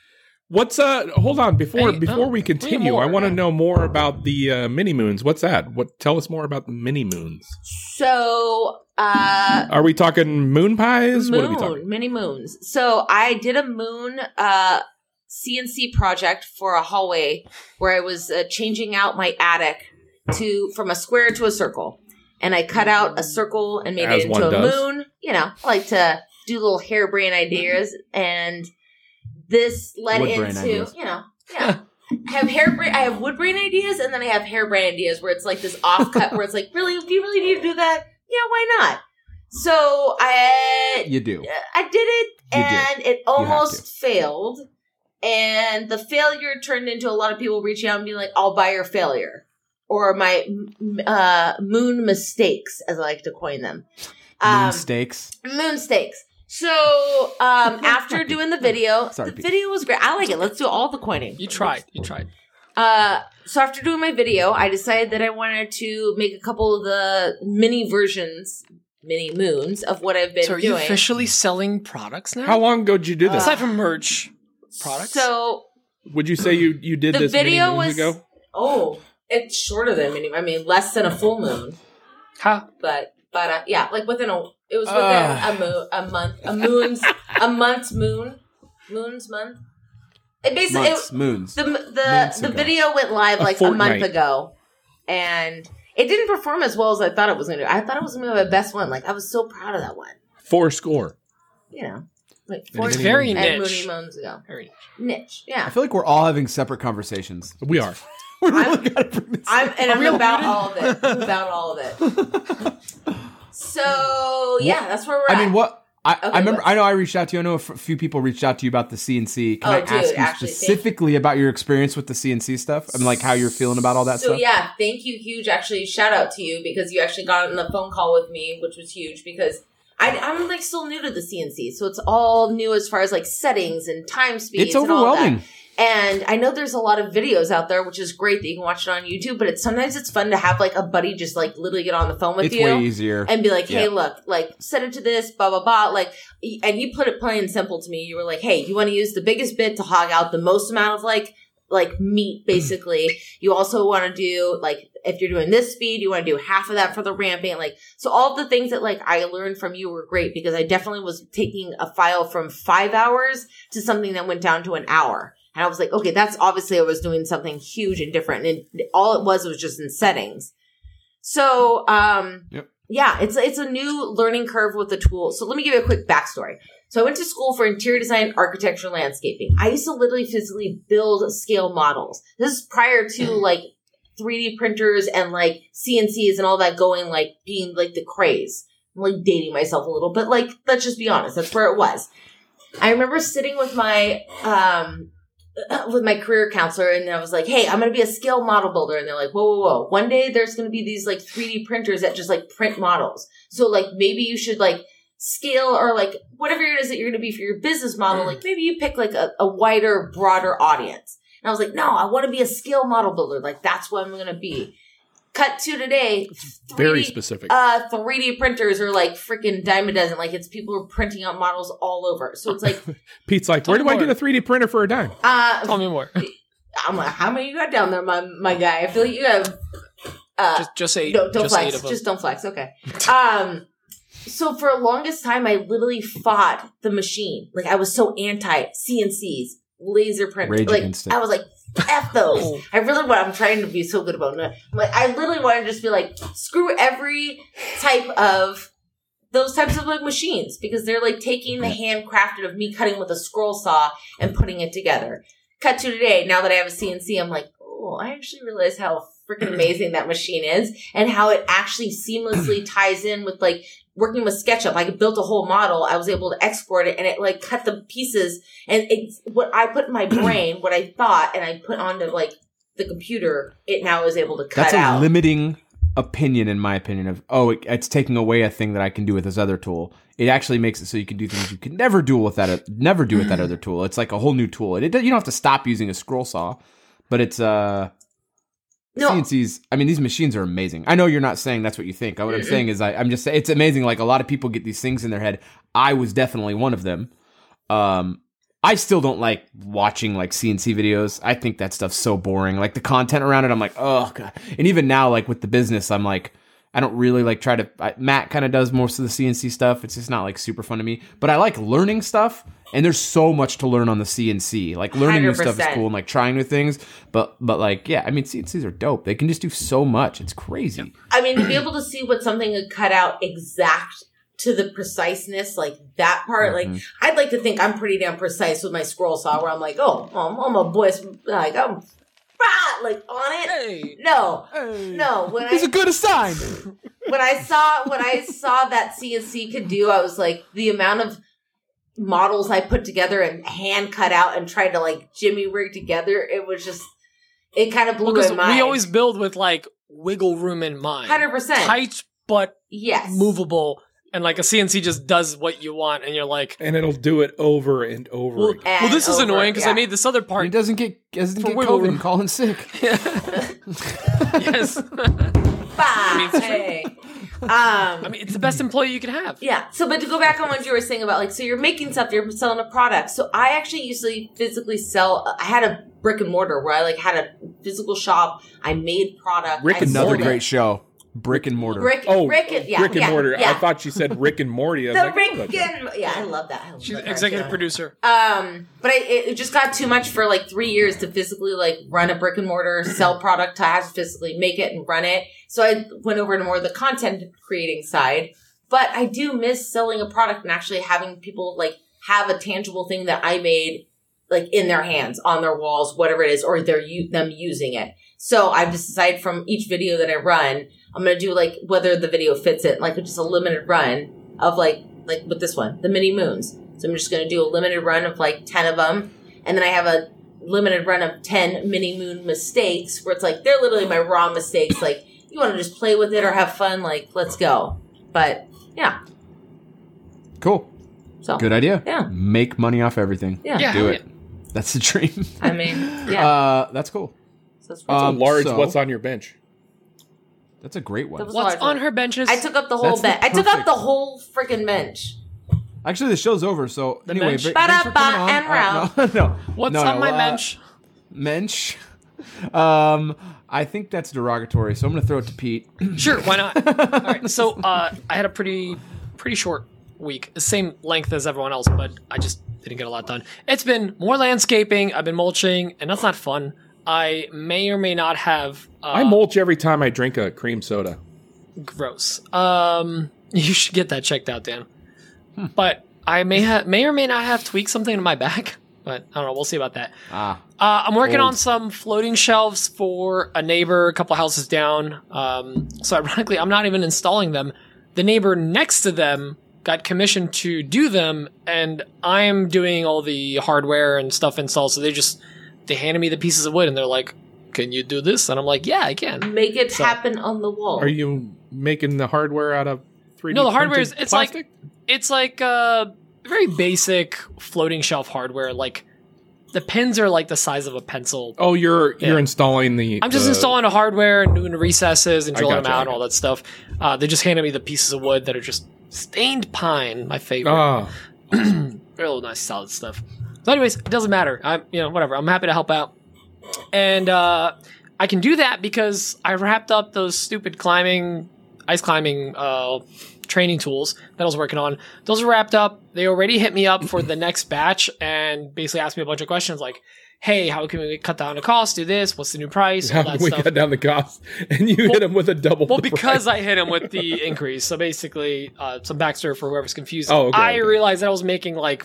S4: What's uh? Hold on before
S2: Hey,
S4: before
S2: oh, we
S4: we
S2: have
S4: continue.
S2: more.
S4: I want to know more about the uh, mini moons. What's that? What? Tell us more about the mini moons.
S3: So, uh,
S4: Are we talking moon pies? What are we talking?
S3: moon, many moons. So I did a moon uh, CNC project for a hallway where I was uh, changing out my attic to from a square to a circle, and I cut out a circle and made
S4: As
S3: it
S4: one
S3: into a
S4: does.
S3: moon. You know, I like to do little harebrained ideas, and this led
S5: Woodbrain
S3: into
S5: ideas.
S3: you know, yeah. I have hairbrain. I have woodbrain ideas, and then I have hairbrain ideas where it's like this offcut where it's like, really, do you really need to do that? Yeah, why not? So I
S5: You do.
S3: I did it
S5: You did.
S3: and it almost failed. And the failure turned into a lot of people reaching out and being like, I'll buy your failure or my m- uh, moon mistakes, as I like to coin them.
S5: Moon
S3: Um,
S5: steaks.
S3: moon stakes. So um, after doing the video,
S5: Sorry,
S3: the
S5: Pete.
S3: video was great. I like it. Let's do all the coining.
S2: You tried. You tried.
S3: Uh, so after doing my video, I decided that I wanted to make a couple of the mini versions, mini moons of what I've been
S2: So are you
S3: doing.
S2: officially selling products now?
S4: How long ago did you do this?
S3: Uh,
S2: Aside from merch, products.
S3: So
S4: Would you say you you did
S3: The
S4: this
S3: video
S4: many moons
S3: was-
S4: ago?
S3: Oh, it's shorter than mini. I mean, less than a full moon,
S2: How?
S3: but but uh, yeah, like within a it was within
S2: Ah.
S3: a, mo- a month, a moon's a month's moon, moon's month. It basically
S5: Months, moons.
S3: it, the
S5: Months
S3: the the
S5: ago.
S3: video went live
S4: A
S3: like a
S4: fortnight.
S3: month ago, and it didn't perform as well as I thought it was going to. I thought it was going to be my best one. Like I was so proud of that one.
S4: Four score.
S3: You know, like
S5: Mini
S3: four
S2: It's very
S3: and
S2: niche.
S3: moony moons ago.
S2: Very-
S3: Niche,
S5: I
S3: yeah.
S5: feel like we're all having separate conversations.
S4: We are.
S5: We really gotta bring this.
S3: I'm and I'm
S2: we all
S3: about
S2: muted?
S3: all of it. I'm about all of it. So yeah, that's where we're.
S5: I mean,
S3: at.
S5: what? I,
S3: Okay,
S5: I remember.
S3: what?
S5: I know I reached out to you. I know a f- few people reached out to you about the CNC. Can
S3: Oh,
S5: I
S3: dude,
S5: ask you
S3: actually, thank-
S5: specifically about your experience with the CNC stuff and like how you're feeling about all that
S3: So
S5: stuff?
S3: yeah, thank you, huge. Actually, shout out to you because you actually got on the phone call with me, which was huge because I, I'm like still new to the CNC, so it's all new as far as like settings and time speeds.
S5: it's
S3: and all that.
S5: overwhelming.
S3: And I know there's a lot of videos out there, which is great that you can watch it on YouTube. But it's sometimes it's fun to have like a buddy just like literally get on the phone with
S5: It's
S3: you.
S5: way easier.
S3: and be like, hey,
S5: Yeah.
S3: look, like set it to this, blah blah blah. Like, y- and you put it plain and simple to me. You were like, hey, you want to use the biggest bit to hog out the most amount of like like meat, basically. you also want to do like if you're doing this speed, you want to do half of that for the ramping. Like, so all the things that like I learned from you were great because I definitely was taking a file from five hours to something that went down to an hour. And I was like, okay, that's obviously I was doing something huge and different. And it- all it was was just in settings. So, um,
S5: Yep.
S3: yeah, it's it's a new learning curve with the tool. So let me give you a quick backstory. So I went to school for interior design, architecture, and landscaping. I used to literally physically build scale models. This is prior to like 3D printers and like CNCs and all that going like being like the craze. I'm like dating myself a little bit. Like, let's just be honest, that's where it was. I remember sitting with my um with my career counselor and I was like, hey, I'm gonna be a scale model builder. And they're like, whoa, whoa, whoa. One day there's gonna be these like 3D printers that just like print models. So like maybe you should like scale or like whatever it is that you're gonna be for your business model, like maybe you pick like a, a wider, broader audience. And I was like, no, I wanna be a scale model builder. Like that's what I'm gonna be. Cut to today. 3D
S4: Very specific.
S3: uh 3D printers are like freaking dime a dozen. Like it's people who are printing out models all over. So it's like
S4: Pete's like, where do I
S2: Don't
S4: get
S2: worry.
S4: a 3D printer for a dime?
S2: Tell
S3: uh
S2: me more.
S3: I'm like, how many you got down there, my my guy? I feel like you have uh
S2: Just, just eight.
S3: don't don't
S2: just eight
S3: flex.
S2: of them.
S3: Just don't flex. Okay. Um so for the longest time I literally fought the machine. Like I was so anti CNCs, laser print.
S5: Rage
S3: like
S5: against it.
S3: I was like, F those.
S2: Oh.
S3: I really want I'm trying to be so good about it. I'm Like I literally want to just be like, screw every type of those types of like machines because they're like taking the handcrafted of me cutting with a scroll saw and putting it together. Cut to today, now that I have a CNC, I'm like, oh, I actually realize how freaking amazing that machine is and how it actually seamlessly ties in with like working with SketchUp. I built a whole model, I was able to export it and it like cut the pieces and it's what I put in my brain, what I thought, and I put onto like the computer, it now is able to cut
S5: That's a
S3: out.
S5: limiting opinion, in my opinion. Of oh, it, it's taking away a thing that I can do with this other tool. It actually makes it so you can do things you could never do with that, never do
S3: Mm.
S5: with that other tool. It's like a whole new tool. It, it you don't have to stop using a scroll saw, but it's uh.
S3: No.
S5: CNCs, I mean, these machines are amazing. I know you're not saying that's what you think. What I'm saying is, I, I'm just saying it's amazing. Like, a lot of people get these things in their head. I was definitely one of them. Um, I still don't like watching like CNC videos. I think that stuff's so boring. Like the content around it, I'm like, oh god. And even now, like with the business, I'm like, I don't really like try to. I, Matt kind of does most of the CNC stuff. It's just not like super fun to me. But I like learning stuff, and there's so much to learn on the CNC. Like learning new stuff is
S3: 100%.
S5: cool and like trying new things. But but like yeah, I mean CNCs are dope. They can just do so much. It's crazy.
S3: I mean, to be able to see what something could cut out exact to the preciseness, like that part, like
S5: Mm-hmm.
S3: I'd like to think I'm pretty damn precise with my scroll saw, where I'm like, oh, I'm, I'm a boy, like I'm, ah, like on it.
S2: Hey.
S3: No, no. When I
S5: good assign.
S3: when I saw when I saw that CNC could do, I was like, the amount of models I put together and hand cut out and tried to like jimmy rig together, it was just, it kind of blew
S2: Because
S3: my mind.
S2: we always build with like wiggle room in mind.
S3: hundred percent,
S2: Tight but
S3: yes,
S2: movable, and like a CNC just does what you want, and you're like,
S4: and it'll do it over and over.
S2: well,
S4: again.
S3: And
S2: well, this is
S3: over,
S2: annoying because I
S3: yeah.
S2: made this other part.
S5: He doesn't get doesn't
S2: For
S5: get
S2: wiggle
S5: COVID
S2: room.
S5: and calling sick.
S2: yes,
S3: Bye. um,
S2: I mean it's the best employee you can have.
S3: Yeah. So, but to go back on what you were saying about like, so you're making stuff, you're selling a product. So I actually usually physically sell. I had a brick and mortar where I like had a physical shop. I made product.
S4: Brick
S3: I
S4: and
S5: Another
S3: sold it.
S5: great show, Brick and Mortar.
S3: Brick.
S4: Oh,
S3: Rick and, yeah,
S4: Rick and
S3: yeah,
S4: Mortar.
S3: Yeah.
S4: I thought she said Rick and Morty. I was
S3: the
S4: like, oh, I
S3: Rick
S4: love that.
S3: and yeah, I love that. I love
S2: She's
S3: that
S2: executive
S3: cartoon.
S2: producer.
S3: Um, but I, it it just got too much for like three years to physically like run a brick and mortar, sell product. I had to physically make it and run it. So I went over to more of the content creating side. But I do miss selling a product and actually having people like have a tangible thing that I made like in their hands, on their walls, whatever it is, or they're u- them using it. So I've just decided from each video that I run, I'm gonna do like whether the video fits it, like just a limited run of like like with this one, the mini moons. So I'm just gonna do a limited run of like ten of them, and then I have a limited run of ten mini moon mistakes where it's like they're literally my raw mistakes. Like you want to just play with it or have fun, like let's go. But yeah,
S5: Cool.
S3: so
S5: Good idea.
S3: Yeah.
S5: Make money off everything.
S3: Yeah.
S2: Yeah.
S5: Do it. That's the dream.
S3: I mean, yeah,
S5: Uh, that's cool.
S3: so that's
S4: It's a
S5: Um,
S4: large.
S5: so-
S4: What's on your bench?
S5: That's a great
S3: That
S5: one.
S3: was-
S2: What's
S3: larger.
S2: on her benches?
S3: I took up the whole
S5: That's the
S3: bench. I took up
S5: perfect-
S3: the whole freaking bench.
S5: Actually, the show's over. So
S2: The
S5: anyway,
S2: mensch.
S5: Bri- thanks for coming on.
S3: Ba-da-ba
S5: Uh, no, no.
S2: What's
S5: No,
S2: on
S5: no,
S2: my
S5: uh,
S2: bench?
S5: Mensch. Um, I think that's derogatory. So I'm gonna throw it to Pete.
S2: Sure, why not? All right. So uh, I had a pretty pretty short week, same length as everyone else, but I just didn't get a lot done. It's been more landscaping. I've been mulching, and that's not fun. I may or may not have. Uh,
S4: I mulch every time I drink a cream soda.
S2: gross. Um, you should get that checked out, Dan. But I may have may or may not have tweaked something in my back. But I don't know. We'll see about that.
S5: Ah,
S2: Uh, I'm working
S5: Old.
S2: on some floating shelves for a neighbor a couple houses down. Um, so, ironically, I'm not even installing them. The neighbor next to them got commissioned to do them, and I'm doing all the hardware and stuff installed. So they just they handed me the pieces of wood, and they're like, "Can you do this?" And I'm like, "Yeah, I can."
S3: Make it
S2: So-
S3: happen on the wall.
S4: Are you making the hardware out of three?
S2: oh. No, the hardware is- it's like-
S4: plastic?
S2: It's like uh, very basic floating shelf hardware. Like the pins are like the size of a pencil.
S4: Oh, you're
S2: Yeah.
S4: you're installing the.
S2: I'm just
S4: the-
S2: installing the hardware and doing the recesses and
S4: I
S2: drilling
S4: gotcha,
S2: them out
S4: I
S2: and all that stuff. Uh, they just handed me the pieces of wood that are just stained pine, my favorite.
S4: Ah,
S2: Real nice, solid stuff. So, anyways, it doesn't matter. I'm, you know, whatever. I'm happy to help out, and uh, I can do that because I wrapped up those stupid climbing, ice climbing uh, training tools that I was working on. Those are wrapped up. They already hit me up for the next batch and basically asked me a bunch of questions like, "Hey, how can we cut down the cost? Do this? What's the new price? All
S4: how
S2: that
S4: can we
S2: stuff."
S4: cut down the cost? And you hit him with a double.
S2: Well,
S4: the
S2: because
S4: price.
S2: I hit him with the increase. So basically, uh, some backstory for whoever's confused.
S4: Oh, okay,
S2: I
S4: okay.
S2: realized that I was making like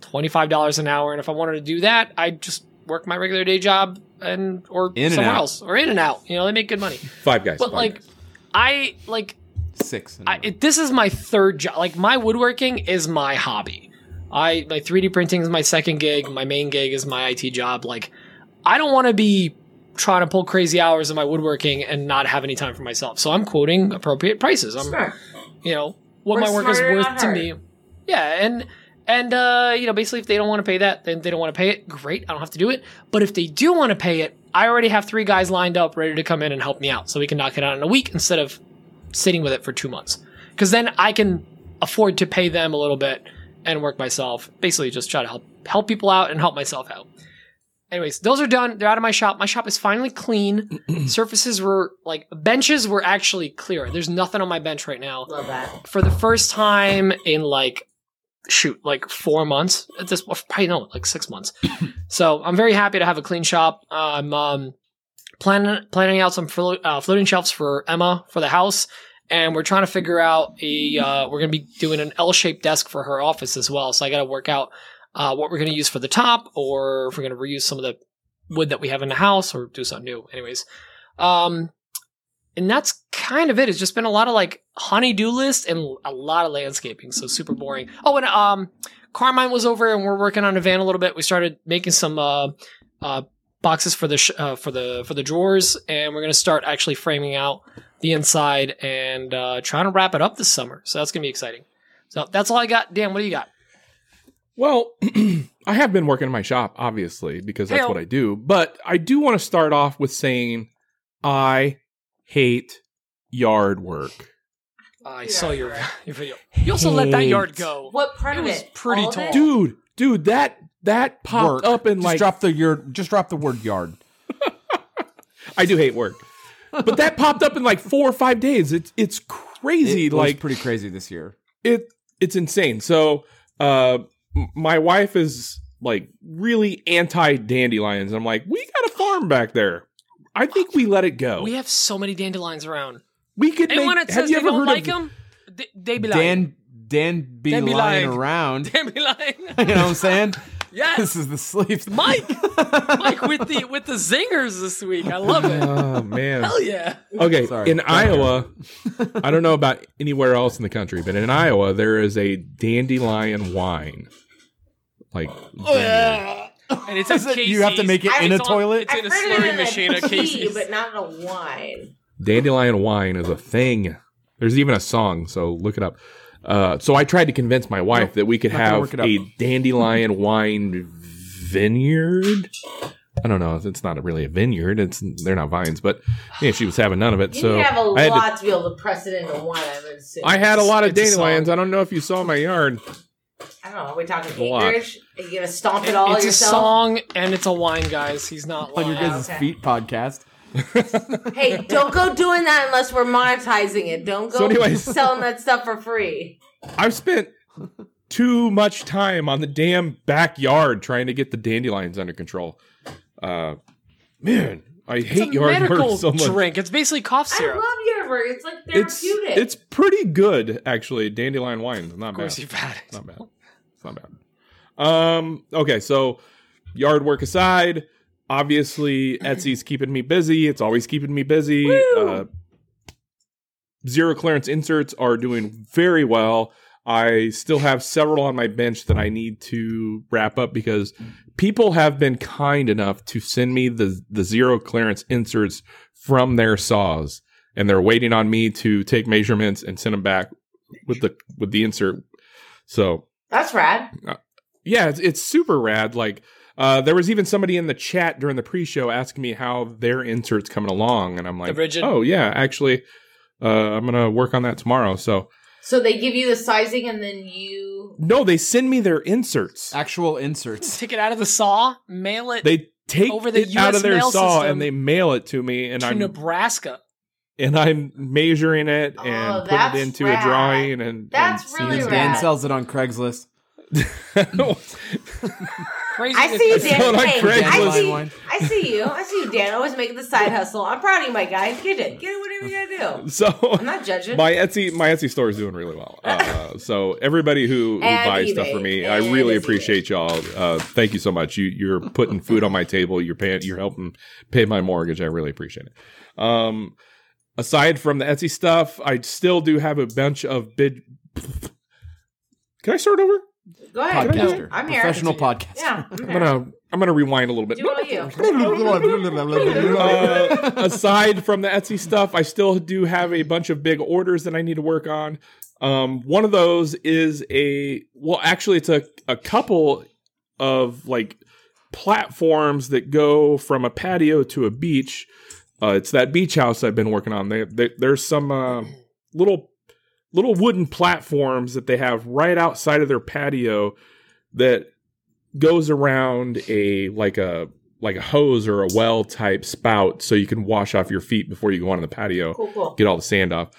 S2: $25 an hour. And if I wanted to do that, I'd just work my regular day job and or
S5: In and
S2: somewhere
S5: out.
S2: else or in and out. You know, they make good money.
S4: five guys.
S2: But
S4: Five
S2: like,
S4: Guys.
S2: I like
S5: six.
S2: I, it, this is my third job. Like my woodworking is my hobby. I my 3D printing is my second gig. My main gig is my IT job. Like I don't want to be trying to pull crazy hours in my woodworking and not have any time for myself. So I'm quoting appropriate prices. I'm
S3: Smart.
S2: you know what
S3: Work
S2: my work is
S3: smarter,
S2: worth
S3: not
S2: to me. Yeah, and and uh, you know basically if they don't want to pay that, then they don't want to pay it. Great, I don't have to do it. But if they do want to pay it, I already have three guys lined up ready to come in and help me out, so we can knock it out in a week instead of sitting with it for two months. Because then I can afford to pay them a little bit and work myself. Basically, just try to help help people out and help myself out. Anyways, those are done. They're out of my shop. My shop is finally clean. Surfaces were like benches were actually clear. There's nothing on my bench right now.
S3: Love that.
S2: For the first time in like shoot, like four months at this probably no, like six months. so I'm very happy to have a clean shop. I'm um planning planning out some flo- uh, floating shelves for Emma for the house, and we're trying to figure out a uh, we're gonna be doing an L-shaped desk for her office as well. So I got to work out uh, what we're gonna use for the top, or if we're gonna reuse some of the wood that we have in the house, or do something new. Anyways, um, and that's kind of it. It's just been a lot of like honey-do list and a lot of landscaping. So super boring. Oh, and um. Carmine was over, and we're working on a van a little bit. We started making some uh, uh, boxes for the sh- uh, for the for the drawers, and we're gonna start actually framing out the inside and uh, trying to wrap it up this summer. So that's gonna be exciting. So that's all I got. Dan, what do you got?
S4: Well, I have been working in my shop, obviously, because that's
S2: Hell.
S4: what I do. But I do want to start off with saying I hate yard work.
S2: I saw your your video. You also let that yard go.
S3: What part
S2: It
S3: of
S2: was
S3: it?
S2: pretty
S3: All of
S2: tall.
S3: it?
S4: Dude, dude, that that popped
S5: Work.
S4: up and
S5: just
S4: like
S5: drop the yard. Just drop the word yard.
S4: I do hate work. But that popped up in like four or five days. It's it's crazy.
S5: It was
S4: like
S5: pretty crazy this year.
S4: it it's insane. So uh m- my wife is like really anti dandelions. I'm like, we got a farm back there. I think we let it go.
S2: We have so many dandelions around.
S4: we could
S2: And
S4: make.
S2: when it
S4: have
S2: says
S4: you
S2: they
S4: ever
S2: don't
S4: heard
S2: like
S4: of
S2: them, they, they be lying.
S5: Dan Dan be,
S2: Dan be
S5: lying,
S2: lying.
S5: around.
S2: Dan be lying.
S5: You know what I'm saying?
S2: yes,
S5: this is the sleeves.
S2: Mike. Mike with the with the zingers this week. I love it.
S4: Oh man.
S2: Hell yeah.
S4: Okay,
S5: Sorry.
S4: in
S5: Go
S4: Iowa, I don't know about anywhere else in the country, but in Iowa there is a dandelion wine. Like
S2: And it's at
S5: You have to
S2: Casey's.
S5: make it
S3: I
S5: in a
S2: It's on-
S5: toilet.
S2: It's in a
S3: I've heard it
S2: slurry
S3: in
S2: machine
S3: a
S2: at
S3: tea,
S2: Casey's.
S3: but not in a wine.
S4: dandelion wine is a thing. There's even a song, so look it up. Uh, so I tried to convince my wife that we could
S5: not gonna
S4: have
S5: work it up.
S4: a dandelion wine vineyard. I don't know. It's not really a vineyard. It's they're not vines, but yeah, she was having none of it.
S3: You
S4: so
S3: need to have a
S4: I had to
S3: lot to be able to press it into wine. I would assume.
S4: I had a lot of
S2: It's a song.
S4: dandelions. I don't know if you saw my yard.
S3: I don't know. Are we talking
S4: A lot.
S3: acreage? Are you gonna stomp it,
S2: It-
S3: all
S2: it's
S3: yourself?
S2: a song and it's a wine, guys. He's not
S5: on your
S2: lying.
S5: guys'
S3: okay.
S5: feet podcast.
S3: Hey, don't go doing that unless we're monetizing it. Don't go
S4: So anyways-
S3: selling that stuff for free.
S4: I've spent too much time on the damn backyard trying to get the dandelions under control. Uh, man, I hate
S2: It's a
S4: yard
S2: medical
S4: work so much.
S2: drink. It's basically cough
S3: I
S2: syrup.
S3: love Univer. It's like
S4: It's
S3: therapeutic.
S4: it's pretty good actually. Dandelion wine, not
S2: Of course,
S4: bad.
S2: you've had it.
S4: It's not bad. It's not bad. Um, okay, so yard work aside, obviously Etsy's keeping me busy. It's always keeping me busy. Uh, zero clearance inserts are doing very well. I still have several on my bench that I need to wrap up because people have been kind enough to send me the the zero clearance inserts from their saws and they're waiting on me to take measurements and send them back with the with the insert. So
S3: That's rad.
S4: yeah, it's, it's super rad. Like, uh, there was even somebody in the chat during the pre-show asking me how their insert's coming along, and I'm like,
S2: The rigid-
S4: oh yeah, actually, uh, I'm gonna work on that tomorrow. So
S3: So they give you the sizing and then you.
S4: no, they send me their inserts.
S5: Actual inserts.
S2: Take it out of the saw, mail it
S4: They take
S2: Over the
S4: it out
S2: US
S4: of their
S2: mail
S4: saw
S2: system
S4: and they mail it to me, and
S2: to
S4: I'm
S2: Nebraska.
S4: and I'm measuring it and
S3: Oh,
S4: putting it
S3: that's
S4: into a
S3: rad.
S4: drawing, and
S3: That's
S4: and
S3: really
S4: seeing-
S5: Dan
S3: rad.
S5: sells it on Craigslist.
S2: Crazy.
S3: I see you,
S4: It's
S3: Dan.
S4: not on
S3: Hey, I
S5: Craigslist.
S3: see,
S5: Wine.
S3: I see you. I see you, Dan. Always making the side hustle. I'm proud of you, my guy. Get it. Get it. Whatever you gotta do.
S4: so
S3: I'm not judging.
S4: my Etsy my Etsy store is doing really well. Uh, so everybody who, who
S3: And
S4: buys stuff
S3: eBay.
S4: for me, I
S3: And
S4: really
S3: eBay.
S4: appreciate y'all. Uh, thank you so much. You you're putting food on my table. You're paying. You're helping pay my mortgage. I really appreciate it. Um, aside from the Etsy stuff, I still do have a bunch of bid. Can I start over?
S3: Go ahead.
S5: Podcaster.
S3: I'm here.
S5: Professional podcaster.
S3: Yeah. I'm
S4: I'm
S3: here.
S4: gonna I'm gonna rewind a little bit.
S3: Do all you.
S4: Uh, aside from the Etsy stuff, I still do have a bunch of big orders that I need to work on. Um, one of those is a well, actually, it's a a couple of like platforms that go from a patio to a beach. Uh, it's that beach house I've been working on. They, they, there's some uh, little little wooden platforms that they have right outside of their patio that goes around a like a like a hose or a well type spout so you can wash off your feet before you go on the patio
S3: Cool, cool.
S4: get all the sand off.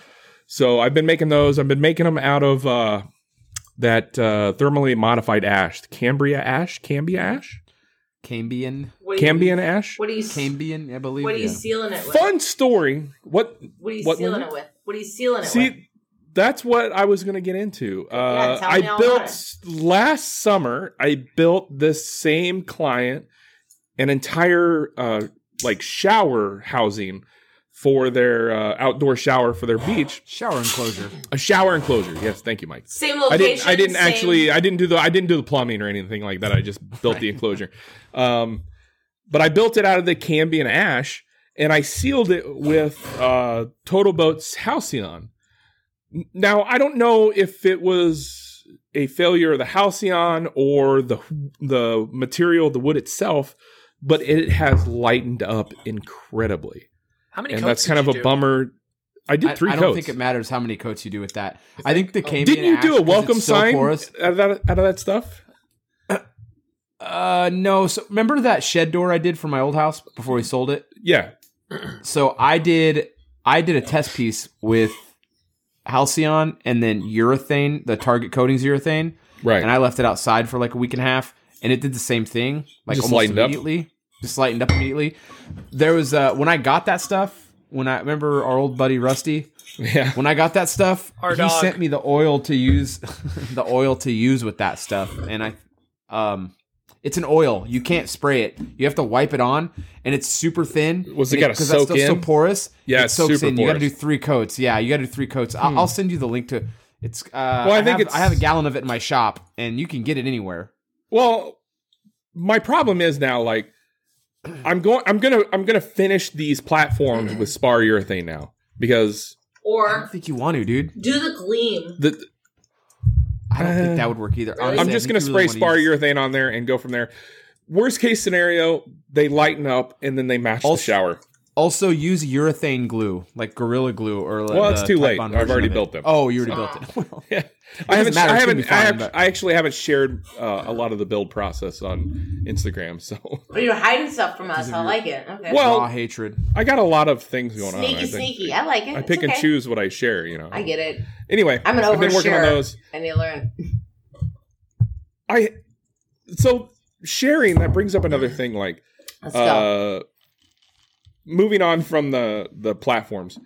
S4: So I've been making those. I've been making them out of uh, that uh, thermally modified ash, the Cambria ash, Cambia ash,
S5: Cambian.
S3: What do you-
S4: Cambian ash.
S3: What are you?
S5: Cambian, I believe.
S3: What are you
S5: yeah.
S3: sealing it with?
S4: Fun story. What?
S3: What are you
S4: What
S3: sealing
S4: movie?
S3: it with? What are you sealing it with?
S4: See, that's what I was gonna get into.
S3: tell me
S4: Uh,
S3: all
S4: I
S3: about
S4: built last summer. I built this same client an entire uh, like shower housing for their uh, outdoor shower for their beach.
S5: Shower enclosure.
S4: A shower enclosure. Yes, thank you, Mike.
S3: Same
S4: I
S3: location.
S4: didn't. I didn't
S3: same-
S4: actually. uh, I didn't do the. I didn't do the plumbing or anything like that. I just built the enclosure. Um, but I built it out of the Cambian ash, and I sealed it with uh, Total Boats Halcyon. N- Now I don't know if it was a failure of the Halcyon or the the material, the wood itself, but it has lightened up incredibly,
S2: How many
S4: and
S2: coats
S4: that's kind
S2: did
S4: of a
S2: you do?
S4: bummer.
S5: I,
S4: I
S5: I
S4: did three
S5: don't
S4: coats.
S5: think it matters how many coats you do with that. I think the Cambian.
S4: Didn't you
S5: ash,
S4: do
S5: 'cause
S4: a
S5: it's
S4: welcome
S5: so
S4: sign out
S5: porous-
S4: of that out of that stuff?
S5: Uh, no. So remember that shed door I did for my old house before we sold it.
S4: Yeah,
S5: So I did. I did a test piece with Halcyon and then urethane. The target coating's urethane,
S4: right.
S5: and I left it outside for like a week and a half, and it did the same thing. Like
S4: Just
S5: almost
S4: lightened up?
S5: immediately, just lightened up immediately. There was uh when I got that stuff. When I remember our old buddy Rusty,
S4: yeah.
S5: when I got that stuff,
S2: Our
S5: he
S2: dog.
S5: sent me the oil to use, the oil to use with that stuff, and I, um, it's an oil. You can't spray it. You have to wipe it on, and it's super thin.
S4: Was it
S5: and
S4: gotta
S5: because that
S4: soak
S5: stuff's so
S4: in?
S5: porous?
S4: Yeah,
S5: it
S4: it's
S5: soaks
S4: super
S5: in. You got to do
S4: porous. Hmm.
S5: three coats. Yeah, you got to do three coats. I'll, I'll send you the link to. It's. Uh, well,
S4: I
S5: I,
S4: think
S5: have,
S4: it's-
S5: I have a gallon of it in my shop, and you can get it anywhere.
S4: Well, my problem is now like I'm going I'm going to I'm going to finish these platforms with spar urethane now because
S5: I don't
S3: Or
S5: think you want to, dude.
S3: do the gleam.
S4: the
S5: I don't
S4: Uh,
S5: think that would work either.
S3: I'm
S4: I'm
S5: Honestly, I
S4: just
S5: think
S4: going to
S5: you really
S4: spray spar
S5: wanna use-
S4: urethane on there and go from there. Worst case scenario, they lighten up and then they match the
S5: Also-
S4: shower.
S5: Also, use urethane glue, like Gorilla Glue, or like
S4: Well, it's
S5: the
S4: too late.
S5: Type On
S4: I've
S5: version
S4: already
S5: of it.
S4: built them.
S5: Oh, you already built it. Well,
S4: I haven't
S5: matter,
S4: I
S5: it's gonna
S4: haven't
S5: be
S4: I,
S5: fine,
S4: have,
S5: but-
S4: I actually haven't shared uh, a lot of the build process on Instagram. So,
S3: Or you're hiding stuff from us. I like it. Okay.
S4: Well,
S5: raw hatred.
S4: I got a lot of things going on.
S3: sneaky,
S4: I think.
S3: sneaky. I like it.
S4: I
S3: It's
S4: pick and
S3: okay.
S4: choose what I share, you know.
S3: I get it.
S4: Anyway,
S3: I'm an
S4: I've been working on
S3: oversharer.
S4: those.
S3: I need to learn.
S4: I so sharing that brings up another thing like
S3: Let's go.
S4: uh moving on from the the platforms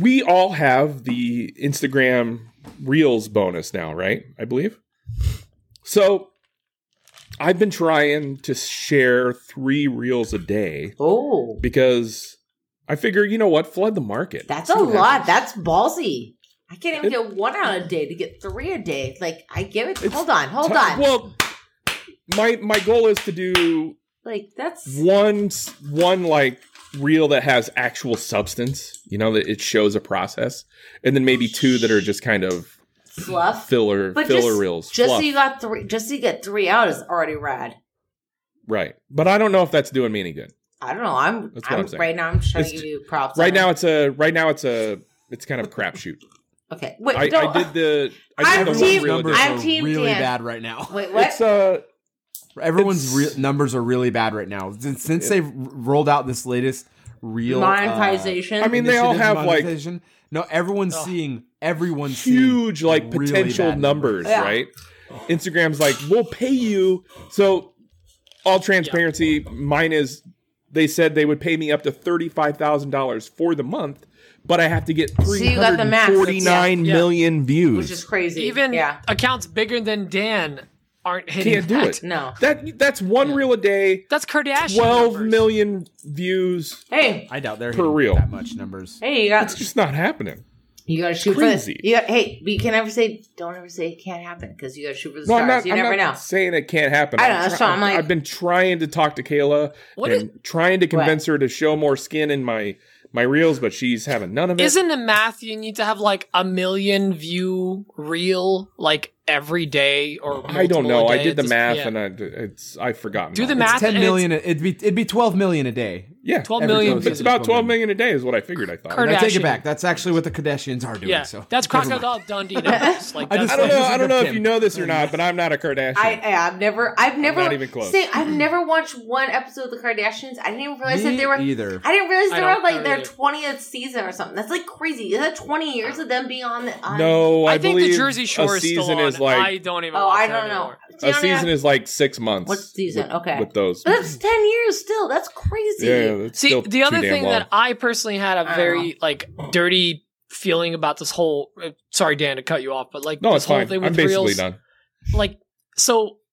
S4: we all have the Instagram Reels bonus now, right? I believe. So I've been trying to share 3 reels a day
S3: Oh,
S4: because I figure, you know what, flood the market.
S3: that's a lot. That's ballsy. I can't even get one on a day to get three a day. Like I give it.
S4: It's
S3: Hold on. Hold
S4: T-
S3: on.
S4: Well, my my goal is to do
S3: like that's
S4: one s- one like reel that has actual substance you know that it shows a process and then maybe two that are just kind of
S3: fluff.
S4: filler
S3: But
S4: filler
S3: just,
S4: reels
S3: just
S4: fluff.
S3: so you got three, just so you get three out is already rad.
S4: right but i don't know if that's doing me any good
S3: I don't know. I'm,
S4: That's what
S3: I'm,
S4: I'm saying.
S3: right now. I'm just trying
S4: It's
S3: to give you props.
S4: right
S3: on
S4: now
S3: it.
S4: it's a right now it's a it's kind of a crapshoot
S3: okay. Wait,
S4: I,
S3: don't.
S4: I did the i
S3: I'm
S4: did the
S3: team-
S4: one reel a
S5: numbers
S4: day.
S3: I'm
S5: are
S3: team
S5: really
S3: Dan.
S5: bad right now.
S3: wait, what?
S4: it's uh
S5: Everyone's
S4: It's-
S5: re- numbers are really bad right now. Since, since they've r- rolled out this latest real
S3: Monetization.
S4: uh, I mean, they all have, like-
S5: like no. Everyone's seeing everyone's
S4: huge
S5: seeing
S4: like
S5: really
S4: potential
S5: bad
S4: numbers,
S3: Yeah.
S4: right? Instagram's like, we'll pay you. So all transparency, mine is they said they would pay me up to thirty five thousand dollars for the month, but I have to get three
S3: you got the
S4: hundred
S3: max.
S4: forty nine
S2: Yeah.
S4: million
S3: which
S4: views.
S3: is crazy.
S2: Even
S3: yeah,
S2: accounts bigger than Dan aren't hitting
S4: Can't do
S2: that.
S4: it.
S3: no.
S4: That that's one reel a day,
S2: That's Kardashian.
S4: twelve
S2: numbers.
S4: million views.
S3: Hey,
S5: I doubt they're
S4: Per
S5: hitting
S4: reel.
S5: that much numbers.
S3: hey, you got
S4: It's just not happening.
S3: you got to shoot for
S4: crazy.
S3: this. You got, hey, but you can never say don't ever say it can't happen because you got to shoot for the
S4: No,
S3: stars.
S4: I'm not.
S3: you
S4: I'm
S3: never
S4: not
S3: know.
S4: saying it can't happen.
S3: I know,
S4: I'm
S3: that's what I'm like-
S4: I've been trying to talk to Kayla
S2: What
S4: and
S2: is-
S4: trying to convince her to show more skin in my my reels, but she's having none of it.
S2: Isn't the math you need to have like a million view reel like every day or
S4: I don't
S2: multiple
S4: know.
S2: a
S4: I
S2: day?
S4: did the
S2: It's-
S4: math,
S2: yeah.
S4: and I it's I've forgotten.
S2: Do the
S4: all.
S2: math.
S5: It's ten
S2: and it's-
S5: million. It'd be it'd be twelve million a day
S4: Yeah.
S2: 12
S5: Every
S2: million
S5: time
S4: It's
S2: views.
S4: about 12 million a day is what I figured I thought.
S2: Kurt-
S5: I take
S2: Kardashian.
S5: it back. That's actually what the Kardashians are doing.
S2: Yeah,
S5: So
S2: that's
S5: Never mind.
S2: Crocodile Dundee. numbers. Like,
S5: I
S2: that's
S4: I don't
S2: like-
S4: know. I don't know if
S5: Kim.
S4: you know this or not, but I'm not a Kardashian.
S3: I, I- I've never, I've never,
S4: not even close.
S3: Say, I've never watched one episode of The Kardashians. I didn't even realize that
S5: Me
S3: they were.
S5: either.
S3: I didn't realize
S2: I
S3: they were on,
S2: don't-
S3: like
S2: I
S3: their
S2: don't either.
S3: twentieth season or something. That's like crazy. Is that twenty years of them being on? The, on
S4: no, I,
S2: I think
S4: believe
S2: the Jersey Shore
S4: a
S2: is still
S4: season
S2: on.
S4: is like
S2: I don't even.
S3: Oh,
S2: watch
S3: I
S2: that
S3: don't know.
S2: anymore.
S3: Do you
S4: a
S3: know
S4: season
S3: that?
S4: is like six months.
S3: What season?
S4: with-
S3: Okay.
S4: with those.
S3: But that's ten years still. That's crazy.
S4: Yeah, that's
S2: See,
S4: still
S2: the other
S4: too damn
S2: thing that
S4: long.
S2: I personally had a
S3: I
S2: very like dirty feeling about this whole. uh, Sorry, Dan, to cut you off, but like
S4: no,
S2: this
S4: it's
S2: whole
S4: fine.
S2: thing
S4: I'm
S2: with
S4: basically
S2: reels,
S4: done.
S2: like so.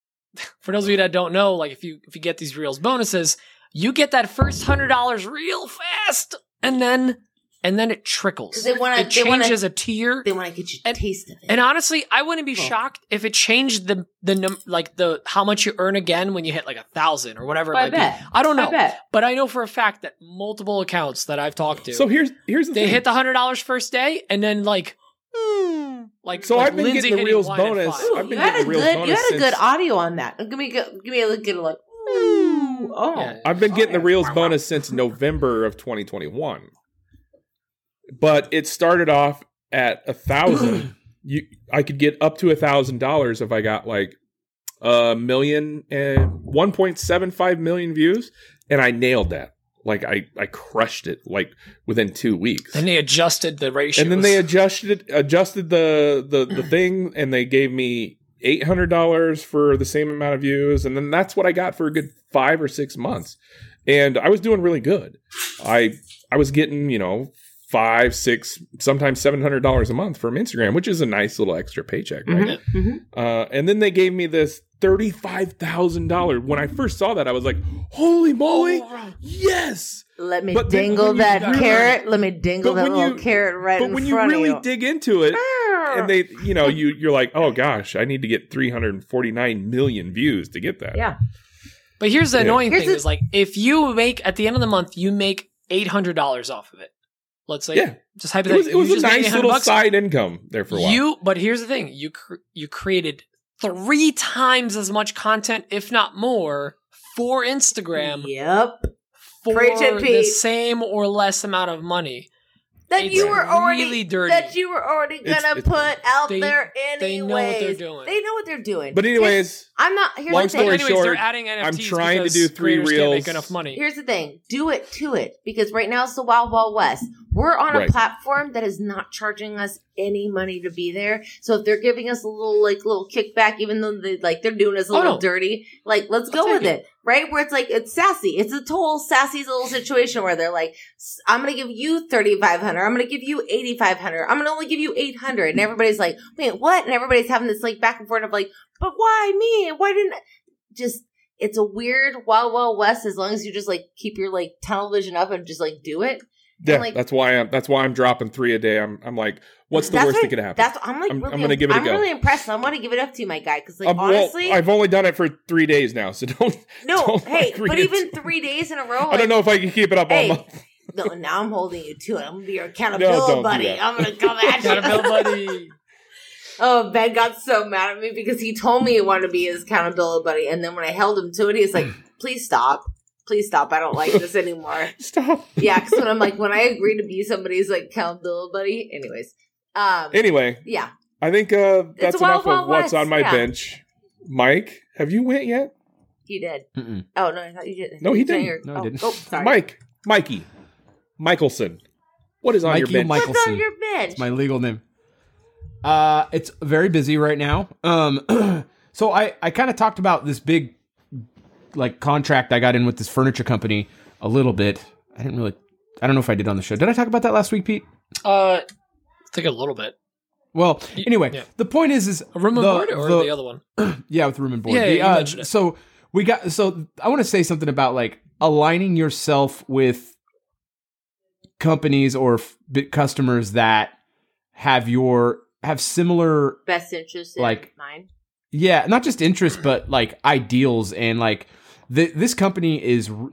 S2: For those of you that don't know, like if you if you get these reels bonuses, you get that first hundred dollars real fast, and then and then it trickles.
S3: 'Cause they wanna-
S2: it
S3: they wanna-
S2: changes a tier.
S3: They Oh. want to get you a
S2: And-
S3: taste of it.
S2: And honestly, I wouldn't be
S3: Cool.
S2: shocked if it changed the the num- like the how much you earn again when you hit like a thousand or whatever. It
S3: I
S2: might be.
S3: bet.
S2: I don't know,
S3: I bet.
S2: but I know for a fact that multiple accounts that I've talked to,
S4: So here's here's the
S2: they
S4: thing.
S2: hit the hundred dollars first day, and then like,
S3: Hmm.
S2: like
S4: So
S2: like
S4: I've been
S2: Lindsay
S4: getting the
S2: hitting
S4: Reels
S2: one at
S4: bonus. Oh,
S2: five.
S3: Ooh,
S4: I've been
S3: you had
S4: getting
S3: a
S4: real
S3: good. You
S4: bonus
S3: had a good
S4: since-
S3: audio on that. Give me, give me a good like. Ooh, oh,
S2: Yeah.
S4: I've been getting the reels bonus since November of 2021, but it started off at a thousand. you, I could get up to a thousand dollars if I got like a million and 1.75 million views, and I nailed that. Like I, I crushed it like within two weeks.
S2: Then they adjusted the ratio,
S4: and then they adjusted adjusted the the the thing and they gave me eight hundred dollars for the same amount of views and then that's what i got for a good five or six months and i was doing really good i i was getting you know five six sometimes seven hundred dollars a month from instagram which is a nice little extra paycheck right
S3: Mhm, mhm.
S4: uh, and then they gave me this thirty-five thousand dollar. When I first saw that, I was like, "Holy moly!
S3: Oh.
S4: Yes!"
S3: Let me
S4: But then
S3: dangle
S4: when you
S3: that
S4: realize-
S3: carrot. Let me dangle
S4: But
S3: that
S4: when
S3: little
S4: you-
S3: carrot right
S4: but
S3: in
S4: when you
S3: front
S4: really
S3: of you.
S4: dig into it, and they you know you you're like oh gosh i need to get 349 million views to get that
S3: yeah.
S2: But here's the
S4: Yeah.
S2: annoying
S3: Here's
S2: thing:
S3: the-
S2: is like if you make at the end of the month, you make eight hundred dollars off of it. Let's say,
S4: Yeah.
S2: just
S4: it was,
S2: hypothetically,
S4: it was
S2: you
S4: a
S2: just made
S4: nice
S2: 800
S4: little
S2: bucks.
S4: side income there for a while
S2: You, but here's the thing: you cr- you created three times as much content, if not more, for Instagram
S3: Yep.
S2: for
S3: Preach it,
S2: the
S3: Pete.
S2: same or less amount of money.
S3: That
S2: It's
S3: you were already
S2: really dirty.
S3: that you were already
S4: It's-
S3: gonna
S4: it's-
S3: put out
S2: They-
S3: there anyways.
S2: they know what they're doing.
S3: They know what they're doing.
S4: but anyways
S3: I'm not here's
S4: Long
S3: the
S2: But
S4: story
S3: thing.
S2: anyways, they're
S4: short,
S2: adding NFTs.
S4: I'm trying to
S2: because
S4: do three
S2: creators can't Make
S4: reels.
S2: enough money.
S3: Here's the thing. Do it to it. Because right now it's the wild wild west. We're on
S4: Right.
S3: a platform that is not charging us any money to be there. So if they're giving us a little like little kickback, even though they like they're doing us a
S2: Oh,
S3: little
S2: no.
S3: dirty, like let's
S2: I'll
S3: go with
S2: take
S3: it. Right? Where it's like it's sassy. It's a total sassy little situation where they're like, "S- I'm gonna give you thirty five hundred, I'm gonna give you eighty five hundred, I'm gonna only give you eight hundred. And everybody's like, Wait, what? And everybody's having this like back and forth of like, but why me? Why didn't I? just it's a weird wild wild west as long as you just like keep your like tunnel vision up and just like do it.
S4: yeah,
S3: like-
S4: that's why i'm that's why i'm dropping three a day i'm i'm like what's the
S3: That's
S4: worst
S3: what-
S4: that could happen
S3: That's I'm like
S4: I'm-
S3: really,
S4: I'm gonna give it a
S3: I'm
S4: go.
S3: really impressed. I'm gonna give it up to you, my guy, because like
S4: Um, well,
S3: honestly,
S4: i've only done it for three days now so don't
S3: no,
S4: don't
S3: hey,
S4: agree
S3: but
S4: it's-
S3: even three days in a row,
S4: i don't know if i can keep it up
S3: Hey,
S4: all month
S3: No, now I'm holding you to it. I'm gonna be your
S4: No,
S3: accountability
S4: don't do
S3: buddy.
S4: that.
S3: I'm gonna come at you.
S2: Accountability.
S3: Oh, Ben got so mad at me because he told me he wanted to be his accountability buddy, and then when I held him to it, he's like, "Please stop, please stop. I don't like this anymore."
S4: stop
S3: yeah, because when I'm like, when I agree to be somebody's like accountability buddy, anyways. Um,
S4: anyway
S3: yeah,
S4: i think uh that's
S3: a wild,
S4: enough
S3: wild
S4: of what's
S3: west,
S4: on my
S3: yeah.
S4: bench mike have you went yet
S3: you did.
S5: Mm-mm.
S3: Oh no, I thought you did.
S4: No, he
S3: Sorry,
S4: didn't.
S3: you're-
S5: No, I
S3: oh,
S5: didn't.
S3: Oh, sorry.
S4: mike mikey michaelson what is on your
S5: Mikey
S4: bench
S5: Mike-
S3: what's
S5: Michelson.
S3: on your bench?
S5: my legal name. Uh, it's very busy right now. Um, so I, I kind of talked about this big, like contract I got in with this furniture company a little bit. I didn't really, I don't know if I did on the show. Did I talk about that last week, Pete?
S2: uh, I think a little bit.
S5: Well, anyway,
S2: yeah.
S5: the point is, is
S2: A room and
S5: the-
S2: board or the, other one?
S5: yeah, with room and board.
S2: Yeah,
S5: The,
S2: you
S5: uh,
S2: mentioned it.
S5: So we got. So I want to say something about like aligning yourself with companies or f- bit customers that have your have similar
S3: Best interest in
S5: Like-
S3: mine.
S5: yeah not just interest but like ideals and like th- this company is r-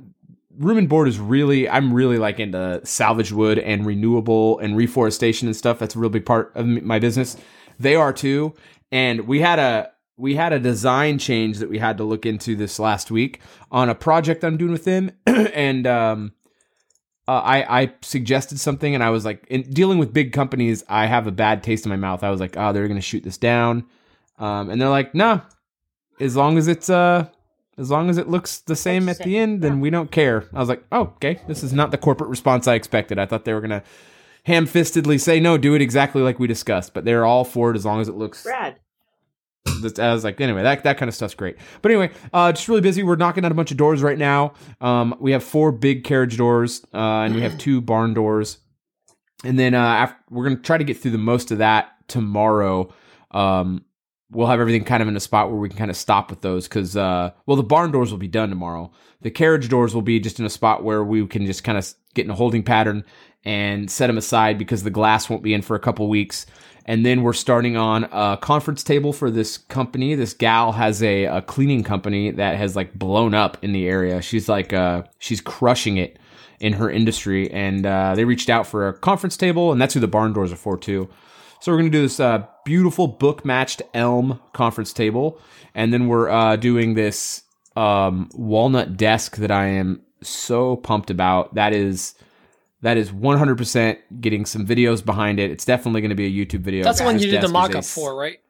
S5: room and board is really i'm really like into salvage wood and renewable and reforestation and stuff that's a real big part of m- my business they are too and we had a we had a design change that we had to look into this last week on a project i'm doing with them and um uh, I I suggested something, and I was like, in dealing with big companies, I have a bad taste in my mouth. I was like, oh, they're gonna shoot this down, um, and they're like, nah, as long as it's uh. As long as it looks the same at the end, then we don't care. I was like, oh, okay. This is not the corporate response I expected. I thought they were going to ham fistedly say, no, do it exactly like we discussed. But they're all for it as long as it looks
S3: Brad.
S5: that's, I was like, anyway, that, that kind of stuff's great. But anyway, uh, just really busy. We're knocking out a bunch of doors right now. Um, we have four big carriage doors, uh, and we have two barn doors. And then uh, af we're going to try to get through the most of that tomorrow. Um, we'll have everything kind of in a spot where we can kind of stop with those because, uh, well, the barn doors will be done tomorrow. The carriage doors will be just in a spot where we can just kind of get in a holding pattern and set them aside because the glass won't be in for a couple weeks and then we're starting on a conference table for this company. This gal has a, a cleaning company that has like blown up in the area. She's like, uh, she's crushing it in her industry, and uh, they reached out for a conference table, and that's who the barn doors are for too. So we're gonna do this uh, beautiful book matched elm conference table, and then we're uh, doing this um, walnut desk that I am so pumped about. That is. That is 100% getting some videos behind it. It's definitely going to be a YouTube video.
S2: That's the one
S5: This
S2: you did the
S5: desk is
S2: mock
S5: a
S2: up for, right?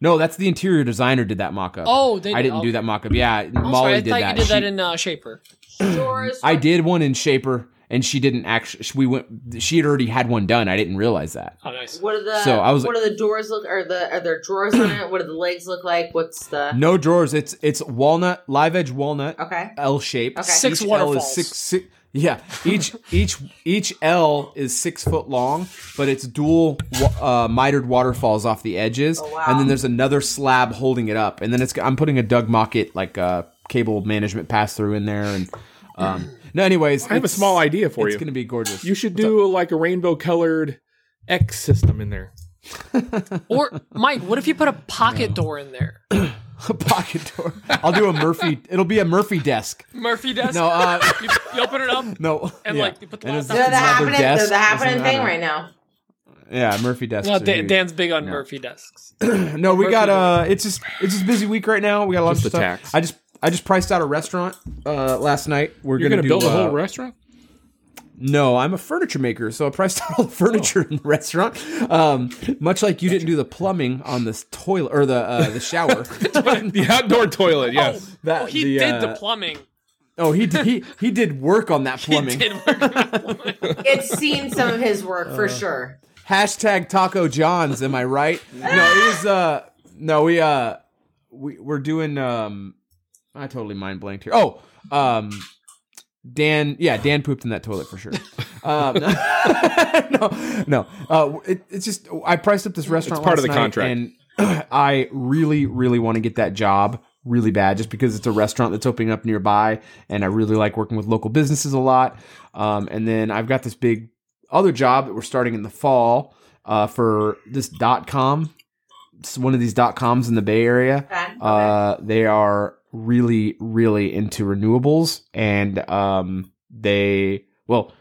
S5: no, that's the interior designer did that mock up.
S2: Oh, they
S5: I
S2: did-
S5: didn't do
S2: okay.
S5: that mock up. Yeah,
S2: I'm
S5: Molly
S2: sorry, I
S5: did
S2: thought
S5: that.
S2: you did that
S5: She-
S2: in uh, Shaper.
S3: Doors
S5: I did one in Shaper, and she didn't actually. We went. She had already had one done. I didn't realize that.
S2: Oh, nice.
S3: What are the
S5: So, I was
S3: what are the doors look? Are the are there drawers on it? What do the legs look like? What's the
S5: No drawers. It's it's walnut, live edge walnut,
S3: okay?
S5: L shape.
S3: Okay.
S2: Six
S5: each L
S2: waterfalls.
S5: is six, six. Yeah, each each each L is six foot long, but it's dual wa- uh, mitered waterfalls off the edges,
S3: Oh, wow.
S5: and then there's another slab holding it up, and then it's I'm putting a Doug Mockett like uh, cable management pass through in there, and um, no, anyways,
S4: I have a
S5: it's-
S4: small idea for
S5: it's
S4: you.
S5: gonna be gorgeous.
S4: you should do like a rainbow colored X system in there.
S2: Or Mike, what if you put a pocket door in there?
S5: a pocket door. I'll do a Murphy. It'll be a Murphy desk.
S2: Murphy desk.
S5: No, uh,
S2: you, you open it up.
S5: no,
S2: And,
S5: yeah.
S2: like, you put the
S5: And it's
S2: laptop-
S3: They're the
S5: another
S3: happening, they're
S5: desk
S3: the
S5: or
S3: happening
S5: something, I
S3: thing
S5: don't
S3: right now.
S5: know. Yeah, Murphy desk.
S2: No, Dan, Dan's big on Murphy desks.
S5: no, we
S2: Murphy
S5: got uh, it's just it's just busy week right now. We got a lot
S4: Just
S5: of
S4: the
S5: stuff.
S4: tax.
S5: I just I just priced out a restaurant uh, last night. We're
S4: You're gonna,
S5: do,
S4: build a
S5: uh,
S4: whole restaurant?
S5: No, I'm a furniture maker, so I priced out all the furniture in the restaurant. Um, much like you didn't do the plumbing on this toilet or the uh, the shower.
S4: The outdoor toilet, yes.
S5: That-
S2: Oh, he
S5: the,
S2: did
S5: uh,
S2: the plumbing.
S5: Oh, he did, he he did work on that plumbing.
S2: Did work on the plumbing.
S3: It's seen some of his work
S5: Uh,
S3: for sure.
S5: Hashtag Taco John's. Am I right? No, it was. Uh, no, we uh, we we're doing. Um, I totally mind blanked here. Oh, um, Dan. Yeah, Dan pooped in that toilet for sure. Um, no, no. Uh, it, it's just I priced up this restaurant.
S4: It's part of
S5: last night,
S4: the contract.
S5: and I really, really want to get that job really bad, just because it's a restaurant that's opening up nearby, and I really like working with local businesses a lot. Um, and then I've got this big other job that we're starting in the fall uh, for this dot com. It's one of these dot coms in the Bay Area.
S3: Okay, okay.
S5: Uh, they are really, really into renewables, and um, they well,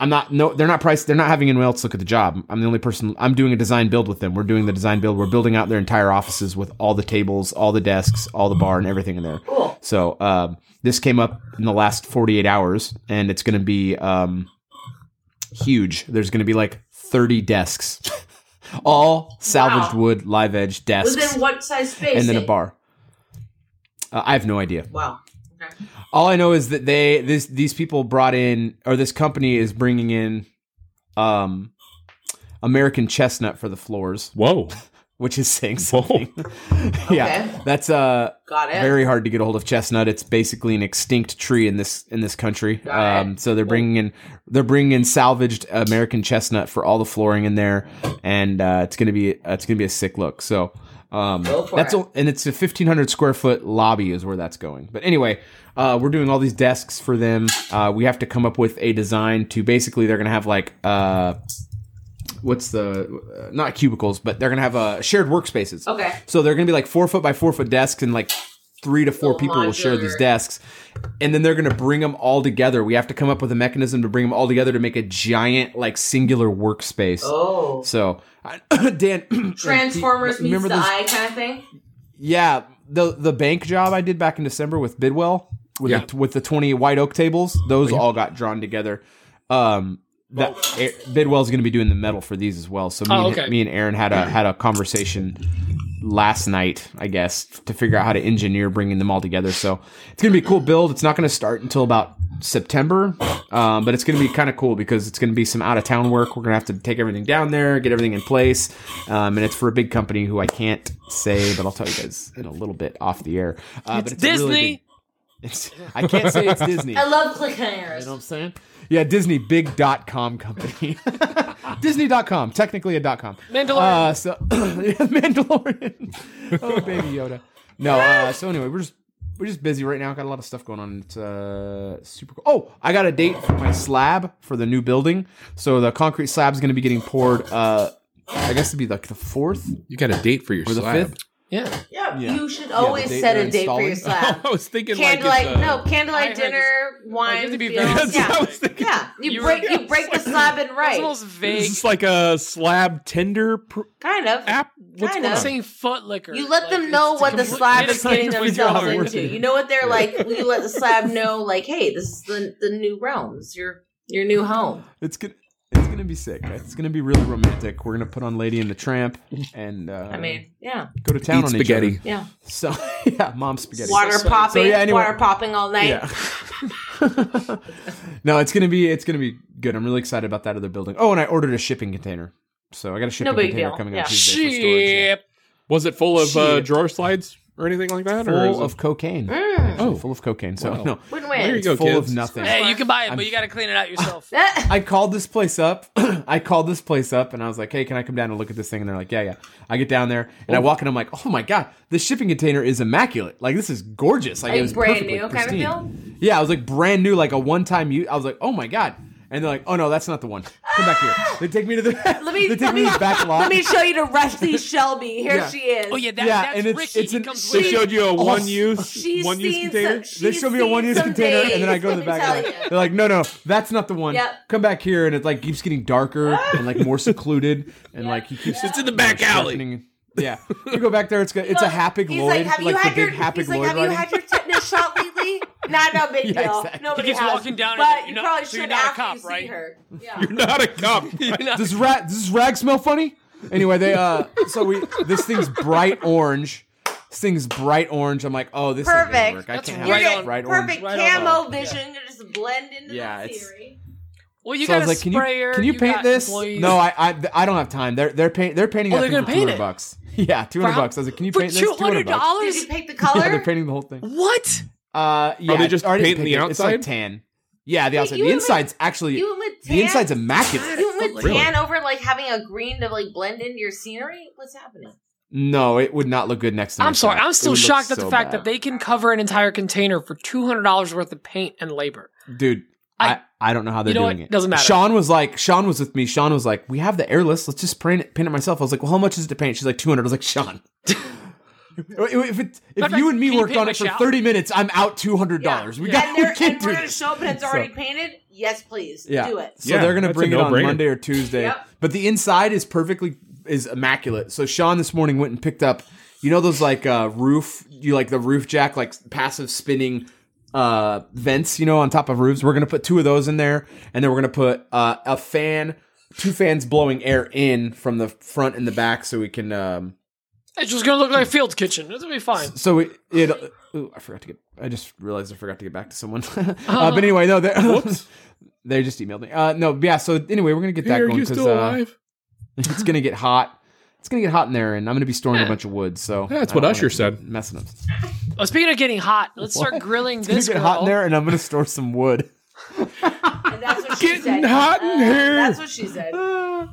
S5: I'm not no, they're not priced. They're not having anyone else look at the job. I'm the only person. I'm doing a design build with them. We're doing the design build. We're building out their entire offices with all the tables, all the desks, all the bar, and everything in there.
S3: Cool.
S5: So um, this came up in the last 48 hours, and it's going to be um, huge. There's going to be like 30 desks, all salvaged
S3: Wow.
S5: wood, live edge desks,
S3: Within what size space?
S5: and then a
S3: eh?
S5: bar. Uh, I have no idea.
S3: Wow. Okay.
S5: All I know is that they this these people brought in or this company is bringing in um American chestnut for the floors,
S4: Whoa.
S5: which is saying something.
S4: Whoa.
S5: yeah, that's uh
S3: Got it.
S5: very hard to get a hold of chestnut. It's basically an extinct tree in this in this country.
S3: Got
S5: Um, so they're bringing in they're bringing in salvaged American chestnut for all the flooring in there, and uh, it's gonna be uh, it's gonna be a sick look. So um,
S3: Go for
S5: that's
S3: it.
S5: o- and it's a fifteen hundred square foot lobby is where that's going. But anyway, uh, we're doing all these desks for them. Uh, we have to come up with a design to basically they're gonna have like. Uh, What's the uh, not cubicles, but they're gonna have uh, shared workspaces.
S3: Okay.
S5: So they're gonna be like four foot by four foot desks, and like three to four
S3: Little
S5: people will share these
S3: modular.
S5: desks, and then they're gonna bring them all together. We have to come up with a mechanism to bring them all together to make a giant like singular workspace.
S3: Oh.
S5: So I, Dan,
S3: Transformers meets
S5: remember
S3: the
S5: those-
S3: eye kind of thing.
S5: yeah, the the bank job I did back in December with Bidwell. with
S1: Yeah.
S5: the, with the twenty white oak tables.
S2: Oh,
S5: Those all got drawn together. Um, that
S3: Oh.
S5: A- Bidwell's going to be doing the metal for these as well. So me,
S2: Oh,
S5: and,
S2: okay.
S5: me and Aaron had a had a conversation last night, I guess, to figure out how to engineer bringing them all together. So it's going to be a cool build. It's not going to start until about September, um, but it's going to be kind of cool because it's going to be some out of town work. We're going to have to take everything down there, get everything in place, um, and it's for a big company who I can't say, but I'll tell you guys in a little bit off the air. Uh, but
S2: It's
S5: a really
S2: Disney.
S5: big- it's, I can't say it's Disney.
S3: I love clicking on arrows.
S5: I'm saying? Yeah, Disney big dot com company. Disney.com, technically a dot com.
S2: Mandalorian.
S5: Uh, so Mandalorian. Oh baby Yoda. No, uh, so anyway, we're just we're just busy right now. Got a lot of stuff going on. It's uh, super cool. Oh, I got a date for my slab for the new building. So the concrete slab's gonna be getting poured uh I guess it'd be like the fourth
S1: You got a date for your
S5: or the
S1: slab.
S5: fifth.
S2: yeah.
S3: Yeah,
S5: Yeah.
S3: you should
S5: the
S3: always
S5: date
S3: set
S5: they're
S3: a date for your
S5: installing.
S3: slab.
S4: I was thinking
S3: candlelight,
S4: like it's, uh,
S3: no,
S2: I
S3: candlelight
S2: heard
S3: dinner,
S2: you have
S3: wine,
S2: to be
S3: fields,
S2: very-
S4: That's
S3: yeah,
S4: what I was thinking.
S3: yeah. You,
S2: You were-
S3: break,
S4: yeah,
S3: you break the slab and
S2: That's
S3: write.
S2: the most vague.
S4: Is this like a slab Tinder pr-
S3: kind of.
S4: app? What's
S3: Kind
S2: I'm
S4: going
S3: of.
S4: on?
S2: saying foot liquor.
S3: You let
S2: Like,
S3: them
S2: it's
S3: know what the
S2: complete-
S3: slab
S2: it's
S3: is getting
S2: like with your
S3: themselves
S2: artwork.
S3: into. You know what they're like. You let the slab know, like, hey, this is the the new realms. Your your new home.
S5: It's gonna it's gonna be sick. It's gonna be really romantic. We're gonna put on Lady and the Tramp and uh,
S3: I mean, yeah,
S5: go to town
S1: Eat
S5: on
S1: spaghetti.
S5: Each other.
S3: yeah.
S5: So yeah, mom spaghetti.
S3: Water
S2: so-
S3: popping,
S5: so, yeah, anyway.
S3: water popping all night.
S5: Yeah. no, it's gonna be it's gonna be good. I'm really excited about that other building. Oh, and I ordered a shipping container, so I got a shipping
S3: No big
S5: container
S3: deal.
S5: coming
S3: Yeah.
S5: on Tuesday for storage. yeah.
S2: Shit.
S4: Was it full of uh,
S5: Shit.
S4: drawer slides or anything like that? or is
S5: Full
S4: it-
S5: of cocaine.
S3: Mm,
S5: Oh,
S4: Oh.
S5: full of cocaine. So
S4: Wow.
S5: no,
S3: win
S4: There you
S3: win.
S4: go,
S5: full
S4: kids.
S5: of nothing.
S2: Hey, you can buy it,
S5: I'm-
S2: but you got to clean it out yourself.
S5: I called this place up. I called this place up and I was like, hey, can I come down and look at this thing? And they're like, yeah, yeah. I get down there and I walk in. I'm like, oh my God, this shipping container is immaculate. Like, this is gorgeous. Like,
S3: Like
S5: it was
S3: brand
S5: perfectly
S3: new kind of
S5: pristine.
S3: deal?
S5: Yeah, I was like brand new, like a one time use. I was like, oh my God. And they're like, oh no, that's not the one. Come back here. They take me to the,
S3: Let me
S5: they
S3: let
S5: take me
S3: me,
S5: to the back lot.
S3: let me show you to Rusty Shelby. Here
S5: Yeah.
S3: she is.
S2: Oh yeah, that,
S5: Yeah,
S2: that's
S5: and it's-
S2: Ricky.
S5: it's
S2: he
S5: an-
S2: comes
S4: They
S2: with it.
S4: showed you a one use
S3: She's
S4: one use
S3: seen
S4: container.
S3: some.
S5: they
S3: she's
S5: show me a
S3: seen
S5: one use
S3: some
S5: container and then I
S3: days,
S5: go to
S3: let
S5: the
S3: me
S5: back.
S3: tell
S5: lot.
S3: you.
S5: They're like, no, no, that's not the one.
S3: Yep.
S5: Come back here. And it like keeps getting darker and like more secluded. And like he keeps
S4: It's in the back alley.
S5: Sharpening- Yeah, we go back there. It's good. It's a Hapag
S3: He's
S5: Lloyd,
S3: like, have you
S5: like the
S3: had
S5: big
S3: your,
S5: Hapag
S3: he's like,
S5: Lloyd
S3: have you
S5: writing.
S3: had your tetanus shot lately? Not no big
S5: Yeah,
S3: deal.
S5: exactly.
S3: Nobody
S2: He keeps
S3: has.
S2: walking down and
S3: but
S2: you're
S3: you
S2: not-
S3: probably
S2: so
S3: should
S2: you're not a
S3: after
S2: cop,
S3: you see
S2: right?
S3: her. Yeah.
S4: You're not a cop.
S5: Does rat? Does this rag smell funny? Anyway, they uh. So we this thing's bright orange. This thing's bright orange. I'm like, oh, this ain't gonna
S3: Perfect.
S5: work. I
S2: That's
S5: can't
S3: You're
S5: have
S2: right
S5: this
S2: on.
S3: getting
S5: bright
S3: perfect
S5: orange.
S2: right on.
S3: camo vision. You're just blend into
S5: Yeah,
S3: the
S5: it's-
S3: scenery.
S2: Well, you
S5: So I was
S2: got a
S5: like, can you
S2: sprayer.
S5: can you paint
S2: got
S5: this?
S2: employees.
S5: No, I, I I don't have time. They're they're paint they're painting.
S2: Oh,
S5: that
S2: they're
S5: thing
S2: gonna
S5: for
S2: paint
S5: 200
S2: it.
S5: bucks. Yeah, two
S2: For
S5: hundred
S2: how-
S5: bucks. I was like, can you
S2: for
S5: paint this?
S2: two hundred
S5: bucks.
S3: Did
S2: dollars.
S3: you paint the
S5: Yeah, they're
S3: color?
S5: painting the whole thing.
S2: What?
S5: Uh, yeah,
S4: they just
S5: it's already
S4: painting the
S5: picking- It's like
S4: outside?
S5: tan. Yeah, the outside.
S3: you
S5: The
S3: went with-
S5: inside's actually
S3: you went with
S5: the inside's
S3: tan?
S5: immaculate.
S3: You went
S4: Really?
S3: tan over like having a green to like blend into your scenery. What's happening?
S5: No, it would not look good next to. my
S2: I'm sorry.
S5: shop.
S2: I'm
S5: It
S2: still
S5: would look
S2: shocked at the
S5: so
S2: fact
S5: bad.
S2: that they can cover an entire container for two hundred dollars worth of paint and labor.
S5: dude.
S2: I-
S5: I, I, don't know how they're
S2: You know
S5: doing
S2: what?
S5: it.
S2: Doesn't matter.
S5: Sean was like, Sean was with me. Sean was like, we have the airless. Let's just paint it, paint it myself. I was like, well, how much is it to paint? She's like, two hundred. I was like, Sean, if it, if
S2: Matter
S5: you
S2: of
S5: and me
S2: fact, can you
S5: worked
S2: paint
S5: on
S2: my
S5: it for
S2: shop?
S5: thirty minutes, I'm out two hundred dollars. We got
S3: and
S5: we
S3: they're,
S5: can't
S3: and
S5: do
S3: we're gonna
S5: this.
S3: show up and it's
S5: So-
S3: already painted. Yes, please.
S5: Yeah.
S3: Do it.
S5: So
S4: Yeah,
S5: they're gonna
S4: that's a
S5: bring it on
S4: no-brainer.
S5: Monday or Tuesday.
S3: Yep.
S5: But the inside is perfectly is immaculate. So Sean this morning went and picked up, you know those like uh roof you like the roof jack like passive spinning uh vents, you know, on top of roofs. We're gonna put two of those in there, and then we're gonna put uh a fan, two fans blowing air in from the front and the back so we can um
S2: It's just gonna look
S5: Hmm.
S2: like a field kitchen. It's gonna be fine.
S5: so it, it ooh, I forgot to get. I just realized I forgot to get back to someone. uh, but anyway, no, they're, they just emailed me. Uh, no, yeah. So anyway, we're gonna get that
S4: Are
S5: going
S4: you
S5: because
S4: still
S5: uh,
S4: alive?
S5: it's gonna get hot. It's gonna get hot in there, and I'm gonna be storing a bunch of wood. So
S4: That's
S5: I
S4: what
S5: don't
S4: Usher
S5: wanna
S4: said.
S5: be Messing up.
S2: Oh, speaking of getting hot, let's start
S5: What?
S2: grilling
S5: It's gonna
S2: this
S5: get
S2: girl.
S5: hot in there, and I'm gonna store some wood.
S3: And that's what she
S4: Getting
S3: said. Uh,
S4: hot in here.
S3: That's what she said.
S5: Uh,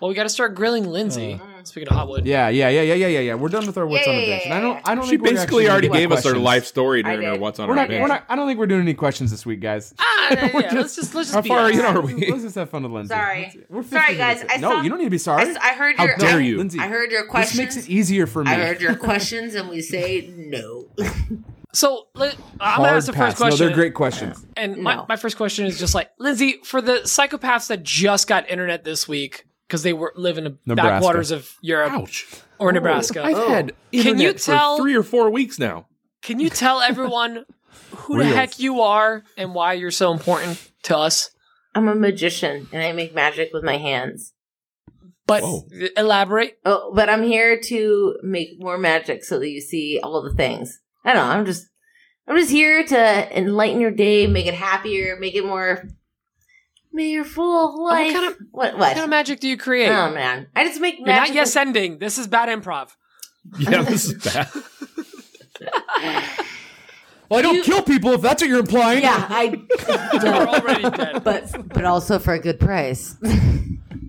S2: Well, we got to start grilling Lindsay. speaking of hot wood,
S5: Yeah, yeah, yeah, yeah, yeah, yeah, yeah. We're done with our wood
S3: Yeah,
S5: on
S3: yeah,
S5: the
S3: yeah,
S5: bench.
S3: yeah,
S5: And I don't. I don't.
S4: She
S5: think we're actually
S4: basically
S5: gonna
S4: already
S5: do
S4: gave us her
S5: questions.
S4: life story
S3: I
S4: during her
S3: did.
S4: what's on
S5: We're
S4: our
S5: not.
S4: page.
S5: We're not. I don't think we're doing any questions this week, guys.
S2: Ah, yeah,
S5: We're
S2: yeah, let's just let's just
S4: How
S2: be
S4: far are you
S2: honest.
S4: in already?
S5: Let's just have fun with Lindsay.
S3: Sorry.
S5: Let's- we're
S3: Sorry,
S5: 50 minutes
S3: guys. I
S5: in. No,
S3: saw-
S5: you don't need to be
S3: I,
S5: sorry.
S3: s- I heard
S5: How
S3: your.
S5: dare
S3: I,
S5: you, Lindsay?
S3: I heard your
S5: This
S3: questions.
S5: makes it easier for me.
S3: I heard your questions, and we say no.
S2: So let, I'm
S5: Hard
S2: gonna ask the
S5: pass.
S2: first question.
S5: No, they're great questions.
S2: And my,
S3: No.
S2: my first question is just like Lindsay, for the psychopaths that just got internet this week because they were live in the
S5: Nebraska.
S2: backwaters of Europe
S4: Ouch.
S2: or Nebraska,
S4: I've had
S2: you
S4: internet
S2: tell-
S4: for three or four weeks now.
S2: can you tell everyone who the heck you are and why you're so important to us.
S3: I'm a magician and I make magic with my hands.
S2: But
S4: Whoa.
S2: elaborate.
S3: Oh, but I'm here to make more magic so that you see all the things. I don't know. I'm just, I'm just here to enlighten your day, make it happier, make it more, make your full
S2: what
S3: life.
S2: kind of-
S3: what?
S2: What
S3: What?
S2: kind of magic do you create?
S3: oh man, I just make
S2: you're not
S3: magic.
S2: yes ending. This is bad improv.
S4: Yeah, this is bad.
S5: Well, I don't
S3: You-
S5: kill people if that's what you're implying.
S3: yeah, I.
S2: We're already dead.
S3: but but also for a good price.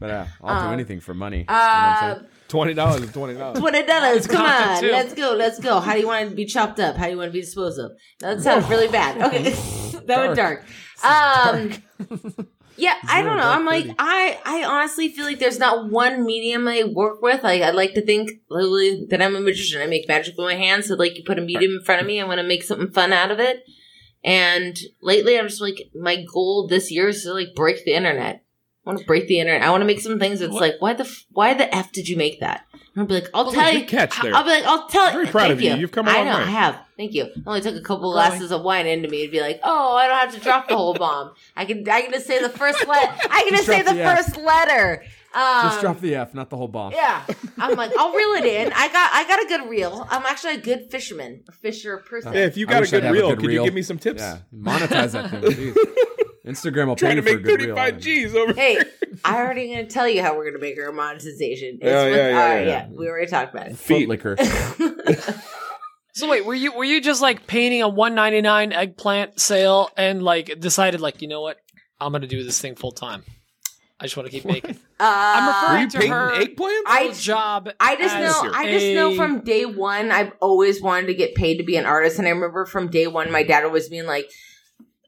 S5: But uh, I'll
S3: Um,
S5: do anything for money.
S3: Uh,
S4: Twenty dollars is twenty dollars.
S3: Twenty dollars. Come
S2: Content
S3: on,
S2: too.
S3: let's go, let's go. How do you want to be chopped up? How do you want to be disposed of? That sounds really bad. Okay, that went dark. Um, yeah, I don't know. I'm like, I I honestly feel like there's not one medium I work with. Like, I like to think literally that I'm a magician. I make magic with my hands. So, like, you put a medium in front of me, I'm gonna make something fun out of it. And lately, I'm just like, my goal this year is to like break the internet. I want to break the internet. I want to make some things that's like, why the f- why the f did you make that? I'll be like, I'll tell you.
S4: Good Oh, catch there.
S3: I'll be like, I'll tell.
S4: Very proud
S3: thank
S4: of you. You've come a
S3: I
S4: long
S3: know.
S4: way.
S3: I have. Thank you. I only took a couple glasses of wine into me to be like, oh, I don't have to drop the whole bomb. I can. I can just say the first letter. I can
S5: Just
S3: just, say
S5: drop
S3: the
S5: the F.
S3: first letter. Um,
S5: Just drop the F, not the whole bomb.
S3: yeah, I'm like, I'll reel it in. I got. I got a good reel. I'm actually a good fisherman, a fisher person.
S4: Yeah, if you
S5: I
S4: got a
S5: wish I'd
S4: good
S5: have a
S4: reel,
S5: good
S4: could you
S5: reel.
S4: give me some tips?
S5: Yeah, monetize that thing. Jeez. Instagram will pay
S4: Trying
S5: you
S4: to
S5: for a
S4: make
S5: good reel.
S4: thirty-five G's over.
S3: Hey, I already gonna tell you how we're gonna make our monetization. It's
S4: Oh, Yeah,
S3: with,
S4: yeah, yeah,
S3: all
S4: yeah,
S3: right,
S4: yeah.
S3: we already talked about it.
S5: Foot liquor.
S2: So wait, were you were you just like painting a 199 eggplant sale and like decided like, you know what? I'm going to do this thing full time. I just want to keep making.
S3: Uh,
S2: I'm
S4: Are you
S2: referring to
S4: painting
S2: her
S4: eggplants?
S2: whole
S3: I
S2: job.
S3: I just
S2: as
S3: know. I just
S2: a-
S3: know from day one. I've always wanted to get paid to be an artist, and I remember from day one, my dad always being like,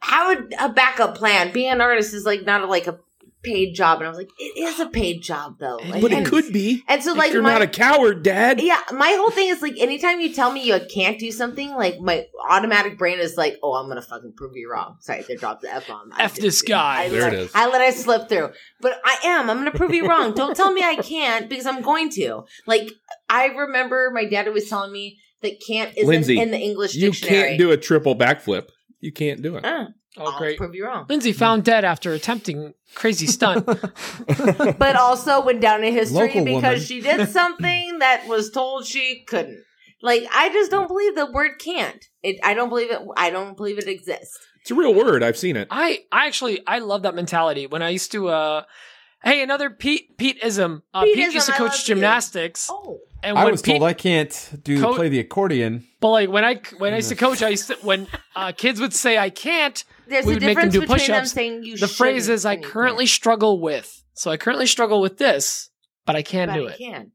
S3: "How would a backup plan? Being an artist is like not a, like a paid job." And I was like, "It is a paid job, though." Like,
S4: but it
S3: and-
S4: could be.
S3: And so,
S4: If
S3: like,
S4: you're
S3: my,
S4: not a coward, Dad.
S3: yeah, my whole thing is like, anytime you tell me you can't do something, like my automatic brain is like, "Oh, I'm gonna fucking prove you wrong." Sorry, they dropped the f bomb.
S2: F this guy.
S3: I
S4: There
S3: let,
S4: it is.
S3: I let it slip through. But I am. I'm going to prove you wrong. Don't tell me I can't because I'm going to. Like, I remember my dad was telling me that can't isn't
S4: Lindsay,
S3: in the English
S4: You
S3: dictionary.
S4: can't do a triple backflip. You can't do it.
S3: Uh,
S2: Oh
S3: I'll
S2: great.
S3: prove you wrong.
S2: Lindsay
S5: Hmm.
S2: found dead after attempting crazy stunt.
S3: But also went down in history
S5: Local
S3: because
S5: woman.
S3: she did something that was told she couldn't. Like, I just don't believe the word can't. It, I don't believe it. I don't believe it exists.
S4: It's a real word. I've seen it.
S2: I I actually I love that mentality. When I used to uh hey, another Pete Peteism. Uh, Pete,
S3: Pete-ism,
S2: used to
S3: I
S2: coach
S3: love Pete.
S2: gymnastics
S3: Oh.
S2: and
S5: I
S2: when
S5: was
S2: Pete
S5: told I can't do
S2: Co-
S5: play the accordion.
S2: but like when I when I used to coach, I used to when uh kids would say I can't
S3: There's
S2: We
S3: a
S2: would make them
S3: difference
S2: do
S3: between them
S2: push-ups.
S3: saying you
S2: the phrase
S3: shouldn't
S2: is I
S3: and you can't.
S2: currently struggle with. So I currently struggle with this, but I can
S3: But
S2: do
S3: I
S2: it.
S3: can.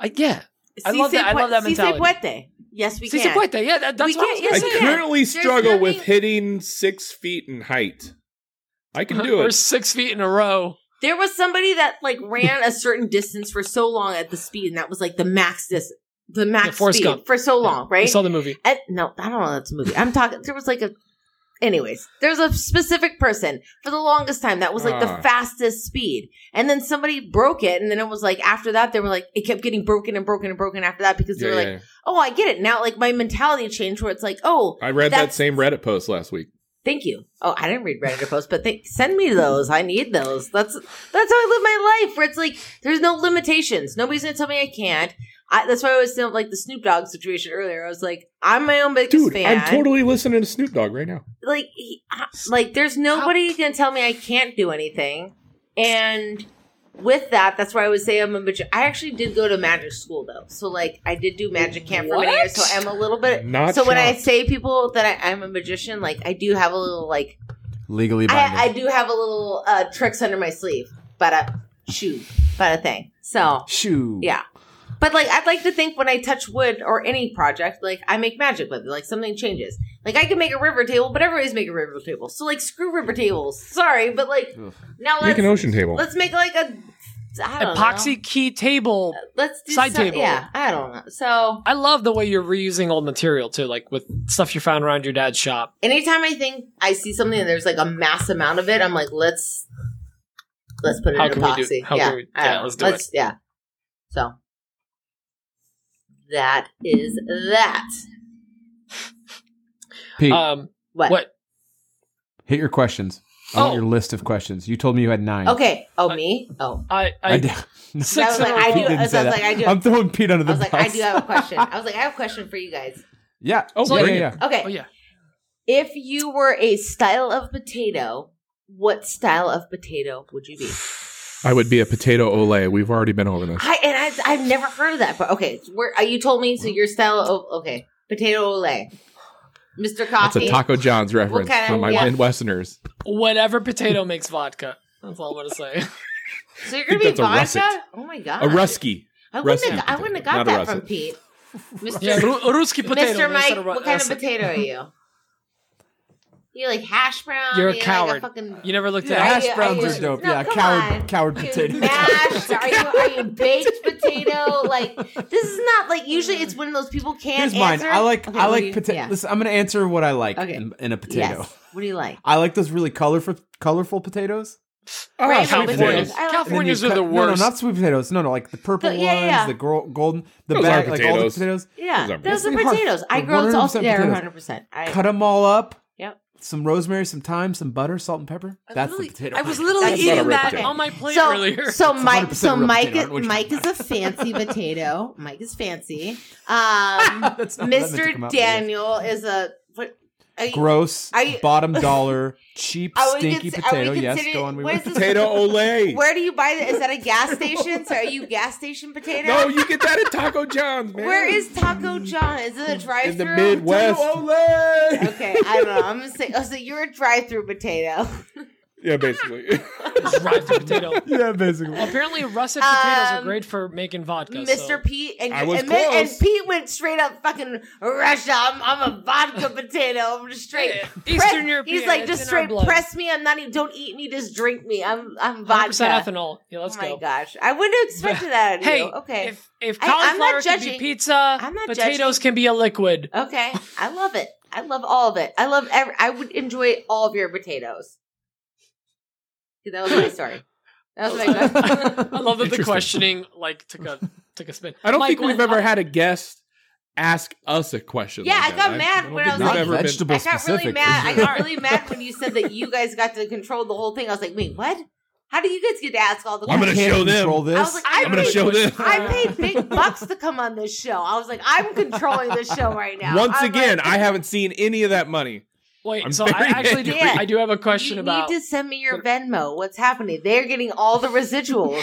S2: I, yeah. I
S3: Si
S2: love
S3: se
S2: that- I
S3: pue-
S2: love that
S3: si se
S2: mentality.
S3: puede. Yes, we
S2: See,
S3: can.
S2: support that. Yeah, that, that's
S3: We
S2: what I was
S3: can't-
S2: gonna
S4: I
S3: yes,
S2: say.
S3: yeah.
S4: currently
S3: There's
S4: struggle with
S3: nothing-
S4: hitting six feet in height. I
S3: Uh-huh.
S4: can do
S2: We're
S4: it.
S2: six feet in a row.
S3: There was somebody that like ran a certain distance for so long at the speed, and that was like the max distance, the max
S2: Forrest
S3: speed
S2: Gump.
S3: for so long,
S2: I
S3: right?
S2: saw the movie.
S3: And- no, I don't know. That's a movie. I'm talking. There was like a. Anyways, there was a specific person for the longest time that was like
S4: Ah.
S3: the fastest speed, and then somebody broke it, and then it was like after that they were like it kept getting broken and broken and broken after that because they
S4: Yeah,
S3: were
S4: yeah,
S3: like,
S4: yeah.
S3: oh, I get it now. Like my mentality changed where it's like, oh,
S4: I read that
S3: that's-
S4: same Reddit post last week.
S3: Thank you. Oh, I didn't read Reddit posts, but thank send me those. I need those. That's that's how I live my life. Where it's like there's no limitations. Nobody's gonna tell me I can't. I, that's why I was saying, like the Snoop Dogg situation earlier. I was like, I'm my own biggest
S4: Dude,
S3: fan.
S4: I'm totally listening to Snoop Dogg right now.
S3: like, he, I- like there's nobody gonna tell me I can't do anything. And with that, that's why I would say I'm a bitch. I actually did go to magic school though, so like I did do magic camp for many years. So I'm a little bit.
S4: Not
S3: so when I
S4: shocked.
S3: say people that I, I'm a magician, like I do have a little like.
S5: Legally binding.
S3: I, I do have a little uh, tricks under my sleeve, but a shoe, but a thing. So
S5: Shoo.
S3: yeah, but like I'd like to think when I touch wood or any project, like I make magic with it. Like something changes. Like I can make a river table, but everybody's making river tables. So like screw river tables. Sorry, but like
S5: Ugh.
S3: now
S4: Make
S3: let's
S4: an ocean table.
S3: let's make like a I don't
S2: Epoxy
S3: know.
S2: key table.
S3: Let's do
S2: side
S3: some-
S2: table.
S3: Yeah, I don't know. So
S2: I love the way you're reusing old material too, like with stuff you found around your dad's shop.
S3: anytime I think I see something and there's like a mass amount of it, I'm like, let's let's put it
S2: How
S3: in
S2: can we
S3: epoxy.
S2: do- how
S3: yeah,
S2: can we-
S3: I don't
S2: yeah,
S3: know.
S2: let's do
S3: it. Yeah. So that is that.
S5: Pete,
S3: Uh,
S2: Um,
S3: What?
S2: What?
S5: Hit your questions. I want
S2: Oh.
S5: your list of questions. You told me you had nine.
S3: Okay. Oh, me? Oh.
S2: I, I,
S5: I, did.
S3: I was
S2: six.
S3: like,
S2: in a
S3: I
S2: row.
S5: Pete
S3: do.
S5: didn't
S3: I was
S5: say
S3: like,
S5: that.
S3: I do.
S5: I'm throwing Pete under
S3: I
S5: the
S3: was like,
S5: bus.
S3: I do have a question. I was like, I have a question for you guys.
S5: Yeah.
S4: Oh,
S5: yeah,
S4: bring
S5: yeah,
S4: it.
S5: yeah.
S3: Okay.
S2: Oh yeah.
S3: If you were a style of potato, what style of potato would you be?
S4: I would be a potato ole. We've already been over this.
S3: I and I, I've never heard of that, but okay, so where uh, you told me so your style of okay potato ole, Mr.
S4: That's
S3: Coffee.
S4: a Taco John's reference
S3: kind of-
S4: from my
S3: yeah.
S4: Midwesterners.
S2: Whatever potato makes vodka. That's all I'm gonna say.
S3: so you're gonna
S4: I think
S3: be
S4: that's a
S3: vodka?
S4: russet.
S3: Oh my god,
S4: A rusky.
S3: I wouldn't.
S4: russet
S3: Have, I wouldn't have got
S4: potato, not
S3: that
S4: a
S3: from
S4: russet.
S3: Pete.
S2: Yeah,
S3: Mr.
S2: Ru- Ruski potato.
S3: Mr.
S2: instead
S3: Mike,
S2: ru-
S3: what kind of
S2: russet.
S3: potato are you? You're like hash brown.
S2: You're a
S3: like
S2: coward.
S3: fucking-
S2: You never looked
S5: Yeah,
S2: at
S5: hash
S3: I-
S5: browns
S3: I-
S5: are dope.
S3: No,
S5: yeah,
S3: come
S5: coward,
S3: on.
S5: coward
S3: Are you
S5: potato.
S3: mashed? Are you are you baked potato? Like this is not like usually it's when those people
S5: Here's
S3: can't
S5: mine.
S3: answer.
S5: I like
S3: Okay,
S5: I
S3: what do
S5: like
S3: you-
S5: potato.
S3: yeah.
S5: Listen, I'm gonna answer what I like
S3: Okay.
S5: in, in a potato.
S3: Yes. What do you like?
S5: I like those really colorful colorful potatoes. Oh,
S3: Rainbow
S4: sweet
S2: Californians.
S3: I like
S4: potatoes.
S5: And then
S2: Californians
S5: you
S2: are
S5: cut-
S2: the worst.
S5: No, no, not sweet potatoes. No, no, like the purple
S3: The- yeah,
S5: ones,
S3: yeah.
S5: the gro- golden, the
S4: Those
S5: bag,
S4: aren't
S5: like all the
S4: potatoes.
S5: potatoes.
S3: Yeah,
S4: Those are
S3: those are
S5: really hard.
S3: potatoes. I
S5: They're
S3: grow it's all
S5: 100%
S3: yeah,
S5: potatoes.
S3: 100%. I,
S5: Cut them all up.
S3: Yep.
S5: Some rosemary, some thyme, some butter, salt and pepper. That's the
S2: Literally-
S5: potato.
S2: I was literally
S3: That's
S4: not a
S2: eating
S4: real
S2: that
S4: potato.
S2: on my plate
S3: so,
S2: earlier.
S3: so Mike,
S5: 100%
S3: so
S5: real
S3: Mike,
S5: potato. I don't know what you're
S3: Mike is a fancy potato. Mike is fancy. Um,
S5: That's not what I meant to come
S3: Mr.
S5: out with.
S3: Daniel is a. What, are you-
S5: Gross,
S3: I-
S5: bottom dollar, cheap,
S3: Are we
S5: stinky
S3: consi- are we
S5: potato. Yes,
S3: considering-
S5: go on. We
S3: what
S5: were-
S3: is this-
S4: Potato ole.
S3: Where do you buy that? Is that a gas station? So are you gas station potato?
S4: No, you get that at Taco John's, man.
S3: Where is Taco John? Is it a drive-through?
S4: in the Midwest?
S3: Okay, I don't know. I'm gonna say. Oh, so you're a drive-through potato.
S4: Yeah, basically.
S2: Dried potato.
S5: yeah, basically.
S2: Well, apparently, russet potatoes are
S3: Um,
S2: great for making vodka. so-
S3: Mr. Pete and,
S4: I was
S3: and, then- and
S4: close.
S3: Pete went straight up fucking Russia. I'm, I'm a vodka potato. I'm just straight
S2: Yeah,
S3: press-
S2: Eastern European.
S3: He's like
S2: it's
S3: just
S2: in our
S3: straight
S2: blood.
S3: press me. I'm not even. Don't eat me. Just drink me. I'm
S2: 100%
S3: I'm vodka.
S2: ethanol. Yeah, let's
S3: oh my
S2: go.
S3: gosh, I wouldn't have expected that. Out of
S2: Hey,
S3: you. okay,
S2: If if
S3: I- I'm
S2: cauliflower
S3: not
S2: can
S3: judging.
S2: be pizza,
S3: I'm not
S2: potatoes can be a liquid.
S3: okay. I love it. I love all of it. I love. Every, I would enjoy all of your potatoes. That was my story. That was my question.
S2: I love that the
S4: Interesting.
S2: questioning like took a took a spin.
S4: I don't
S2: Mike,
S4: think we've
S2: what- uh,
S4: ever had a guest ask us a question.
S3: Yeah,
S4: like
S3: I
S4: that.
S3: got mad
S4: don't
S3: when I
S4: think
S3: was
S4: we've
S3: like-
S4: ever been-
S5: vegetable
S3: I got
S5: specific.
S3: really
S5: for
S3: mad. I
S5: sure.
S3: got really mad when you said that you guys got to control the whole thing. I was like, wait, what? How do you guys get to ask all the
S4: I'm gonna
S5: Can't
S4: show them.
S5: control This.
S3: I was like, I
S4: I'm gonna
S3: paid-
S4: show them.
S3: I paid big bucks to come on this show. I was like, I'm controlling this show right now.
S4: Once
S3: I'm
S4: again,
S3: like,
S4: I haven't seen any of that money.
S2: Wait,
S4: I'm
S2: so I
S4: very
S2: actually do,
S4: angry.
S2: I do have a question
S3: you
S2: about.
S3: need to send me your Venmo. What's happening? They're getting all the residuals.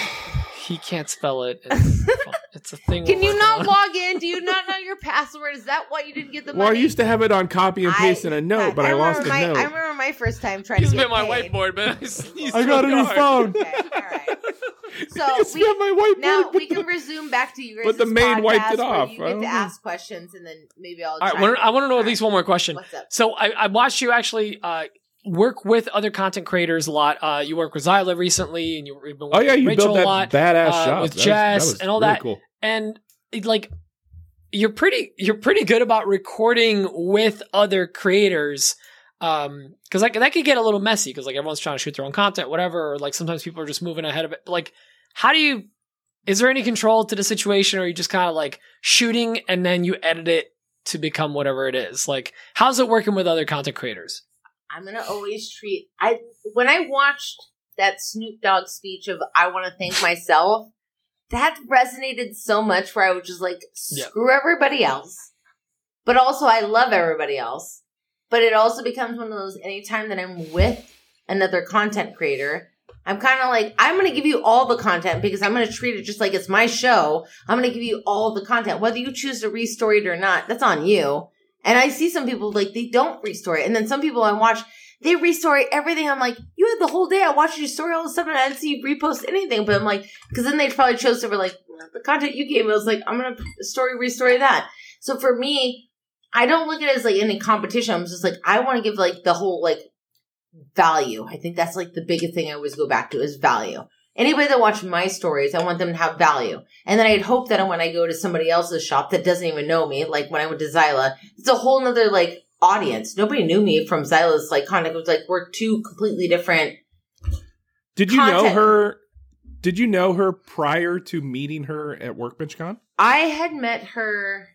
S2: He can't spell it. It's, it's a thing.
S3: Can
S2: we're
S3: you
S2: working
S3: not
S2: on.
S3: log in? Do you not know your password? Is that why you didn't get the
S4: Well, I
S3: money?
S4: used to have it on copy and paste in a note, but I, lost
S3: remember my,
S4: the note.
S3: I remember my first time trying
S2: He's
S3: to get
S2: been my
S3: paid.
S2: whiteboard, but I sneezed
S3: oh
S5: I got a
S2: so
S5: new
S2: hard.
S5: phone.
S3: Okay, all right. So
S4: Yes,
S3: we
S4: we have my whiteboard.
S3: Now we can resume back to yours.
S4: But the maid wiped it off.
S3: You
S4: I
S3: get
S4: don't
S3: to
S4: know.
S3: ask questions, and then maybe I'll.
S2: All right,
S3: chime
S2: wanna-
S3: in.
S2: I want to know at least one more question.
S3: What's up?
S2: So I, I watched you actually uh, work with other content creators a lot. Uh, you worked with Zyla recently, and you, have been
S4: Oh
S2: working
S4: yeah, you
S2: with Rachel
S4: built
S2: a lot.
S4: that badass
S2: uh,
S4: shop
S2: with
S4: That was-
S2: Jess
S4: that was
S2: and all
S4: really
S2: that.
S4: Cool.
S2: and it, like you're pretty you're pretty good about recording with other creators um because like that could get a little messy because like everyone's trying to shoot their own content whatever or like sometimes people are just moving ahead of it But, like how do you is there any control to the situation or are you just kind of like shooting and then you edit it to become whatever it is like how's it working with other content creators
S3: I'm gonna always treat. I when I watched that Snoop Dogg speech of "I want to thank myself," that resonated so much. Where I was just like,
S2: Yeah.
S3: screw everybody else, but also I love everybody else. But it also becomes one of those anytime that I'm with another content creator. I'm kind of like, I'm going to give you all the content because I'm going to treat it just like it's my show. I'm going to give you all the content. Whether you choose to restore it or not, that's on you. And I see some people like they don't restore it. And then some people I watch, they restore everything. I'm like, you had the whole day. I watched your story all of a sudden. I didn't see you repost anything. But I'm like, because then they probably chose to be like, "Well, the content you gave me, I was like, I'm going to story restory that. So for me, I don't look at it as like any competition. I'm just like, I want to give like the whole like value. I think that's like the biggest thing I always go back to is value. Anybody that watched my stories, I want them to have value. And then I'd hope that when I go to somebody else's shop that doesn't even know me, like when I went to Zyla, it's a whole nother like audience. Nobody knew me from Zyla's like contact. It was like we're two completely different.
S4: Did you know
S3: content.
S4: her? Did you know her prior to meeting her at WorkbenchCon?
S3: I had met her.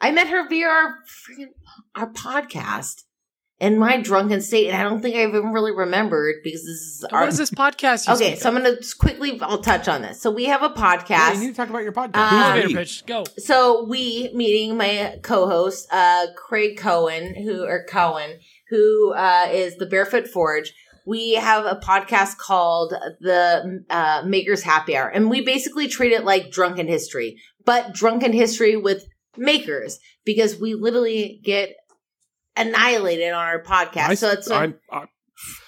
S3: I met her via our freaking our podcast, in my drunken state, and I don't think I even really remembered because this is
S2: What is this podcast? you
S3: Okay,
S2: speak
S3: so I'm
S2: of?
S3: going to quickly. I'll touch on this. So we have a
S5: Yeah, you
S3: podcast.
S5: need to talk about your podcast.
S3: Uh,
S2: elevator pitch. Go.
S3: so we meeting my co-host uh craig cohen who or cohen who uh is the barefoot forge we have a podcast called the uh, makers happy hour and we basically treat it like drunken history but drunken history with makers because we literally get annihilated on our podcast
S4: I,
S3: so it's like,
S4: I'm- I-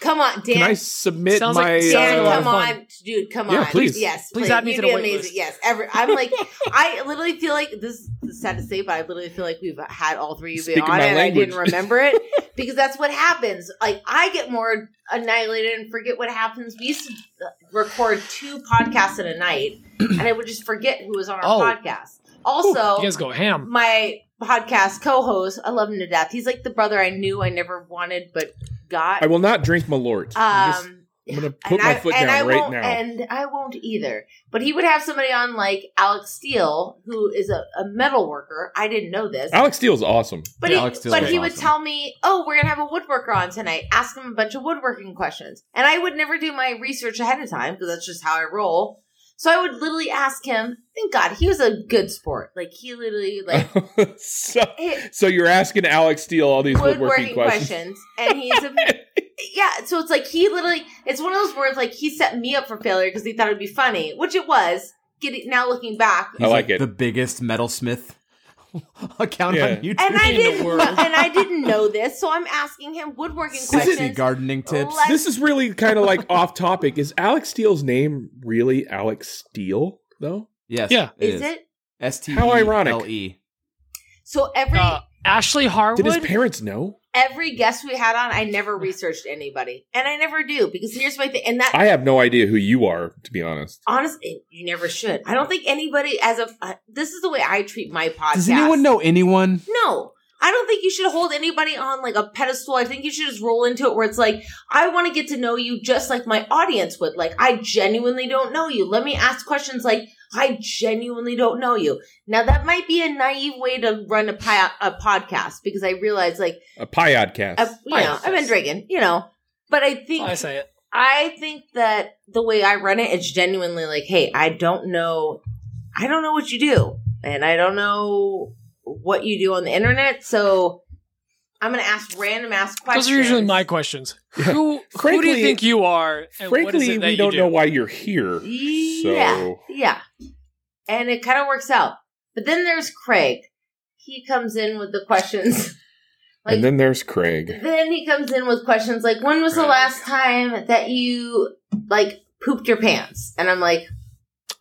S3: come on
S4: can I
S3: dan
S4: submit
S2: Sounds
S4: my?
S2: like-
S3: Dan,
S2: Yeah,
S4: uh,
S3: come
S2: fun.
S3: on, dude, come
S4: Yeah,
S3: on,
S4: please.
S3: yes,
S2: Please add me
S3: You'd
S2: to the
S3: be
S2: wait
S3: amazing.
S2: list.
S3: Yes, every I'm like, I literally feel like this is sad to say, but I literally feel like we've had all three of you
S4: Speaking
S3: on,
S4: my
S3: and I didn't
S4: language.
S3: remember it because that's what happens. Like I get more annihilated and forget what happens. We used to uh, record two podcasts in a night, and I would just forget who was on our
S2: Oh.
S3: podcast. Also,
S2: you guys go ham.
S3: my podcast co-host, I love him to death. He's like the brother I knew I never wanted but got.
S4: I will not drink Malort. I'm just-
S3: um,
S4: I'm gonna put my foot down
S3: I
S4: right
S3: won't,
S4: now.
S3: And I won't either. But he would have somebody on like Alex Steele, who is a, a metal worker. I didn't know this.
S4: Alex Steele's awesome.
S3: But
S5: Yeah,
S3: he,
S5: Alex Steele
S3: but
S5: is
S3: he would
S5: awesome.
S3: tell me, "Oh, we're gonna have a woodworker on tonight. Ask him a bunch of woodworking questions." And I would never do my research ahead of time because that's just how I roll. So I would literally ask him. Thank God he was a good sport. Like he literally like
S4: so,
S3: hit
S4: so you're asking Alex Steele all these woodworking,
S3: woodworking
S4: questions.
S3: questions, and he's a yeah. So it's like he literally. It's one of those words like he set me up for failure because he thought it'd be funny, which it was. Getting now looking back,
S4: I like it.
S5: The biggest metalsmith account
S4: Yeah.
S5: on YouTube.
S3: and I
S2: in the
S3: didn't
S2: world.
S3: and I didn't know this, so I'm asking him woodworking
S5: Sexy
S3: questions.
S5: gardening tips.
S3: Like-
S4: This is really kind of like off topic. Is Alex Steele's name really Alex Steele though?
S5: yes.
S2: Yeah.
S3: Is it?
S5: S T E
S4: How ironic.
S5: L E.
S3: So every
S2: Uh, Ashley Harwood.
S4: Did his parents know?
S3: every guest we had on, I never researched anybody, and I never do because here's my thing, and that
S4: I have no idea who you are, to be honest.
S3: honestly, you never should. I don't think anybody as a uh, this is the way I treat my podcast.
S5: Does anyone know anyone?
S3: No. I don't think you should hold anybody on like a pedestal. I think you should just roll into it where it's like, I want to get to know you just like my audience would. Like, I genuinely don't know you. Let me ask questions like, I genuinely don't know you. Now, that might be a naive way to run a, pi- a podcast because I realize, like,
S4: A podcast.
S3: I, you know, I've been drinking, you know, but I think
S2: I say it.
S3: I think that the way I run it is genuinely like, hey, I don't know, I don't know what you do, and I don't know what you do on the internet, so I'm gonna ask random ass questions.
S2: Those are usually my questions. Who who do
S4: Frankly-
S2: you think you are? And what is
S4: Frankly,
S2: it that
S4: we
S2: you
S4: don't
S2: do?
S4: know why you're here.
S3: Yeah,
S4: So
S3: yeah, and it kind of works out. But then there's Craig. He comes in with the questions. Like-
S4: and then there's Craig.
S3: Then he comes in with questions like, "When was the
S4: Craig.
S3: last time that you like pooped your pants?" And I'm like.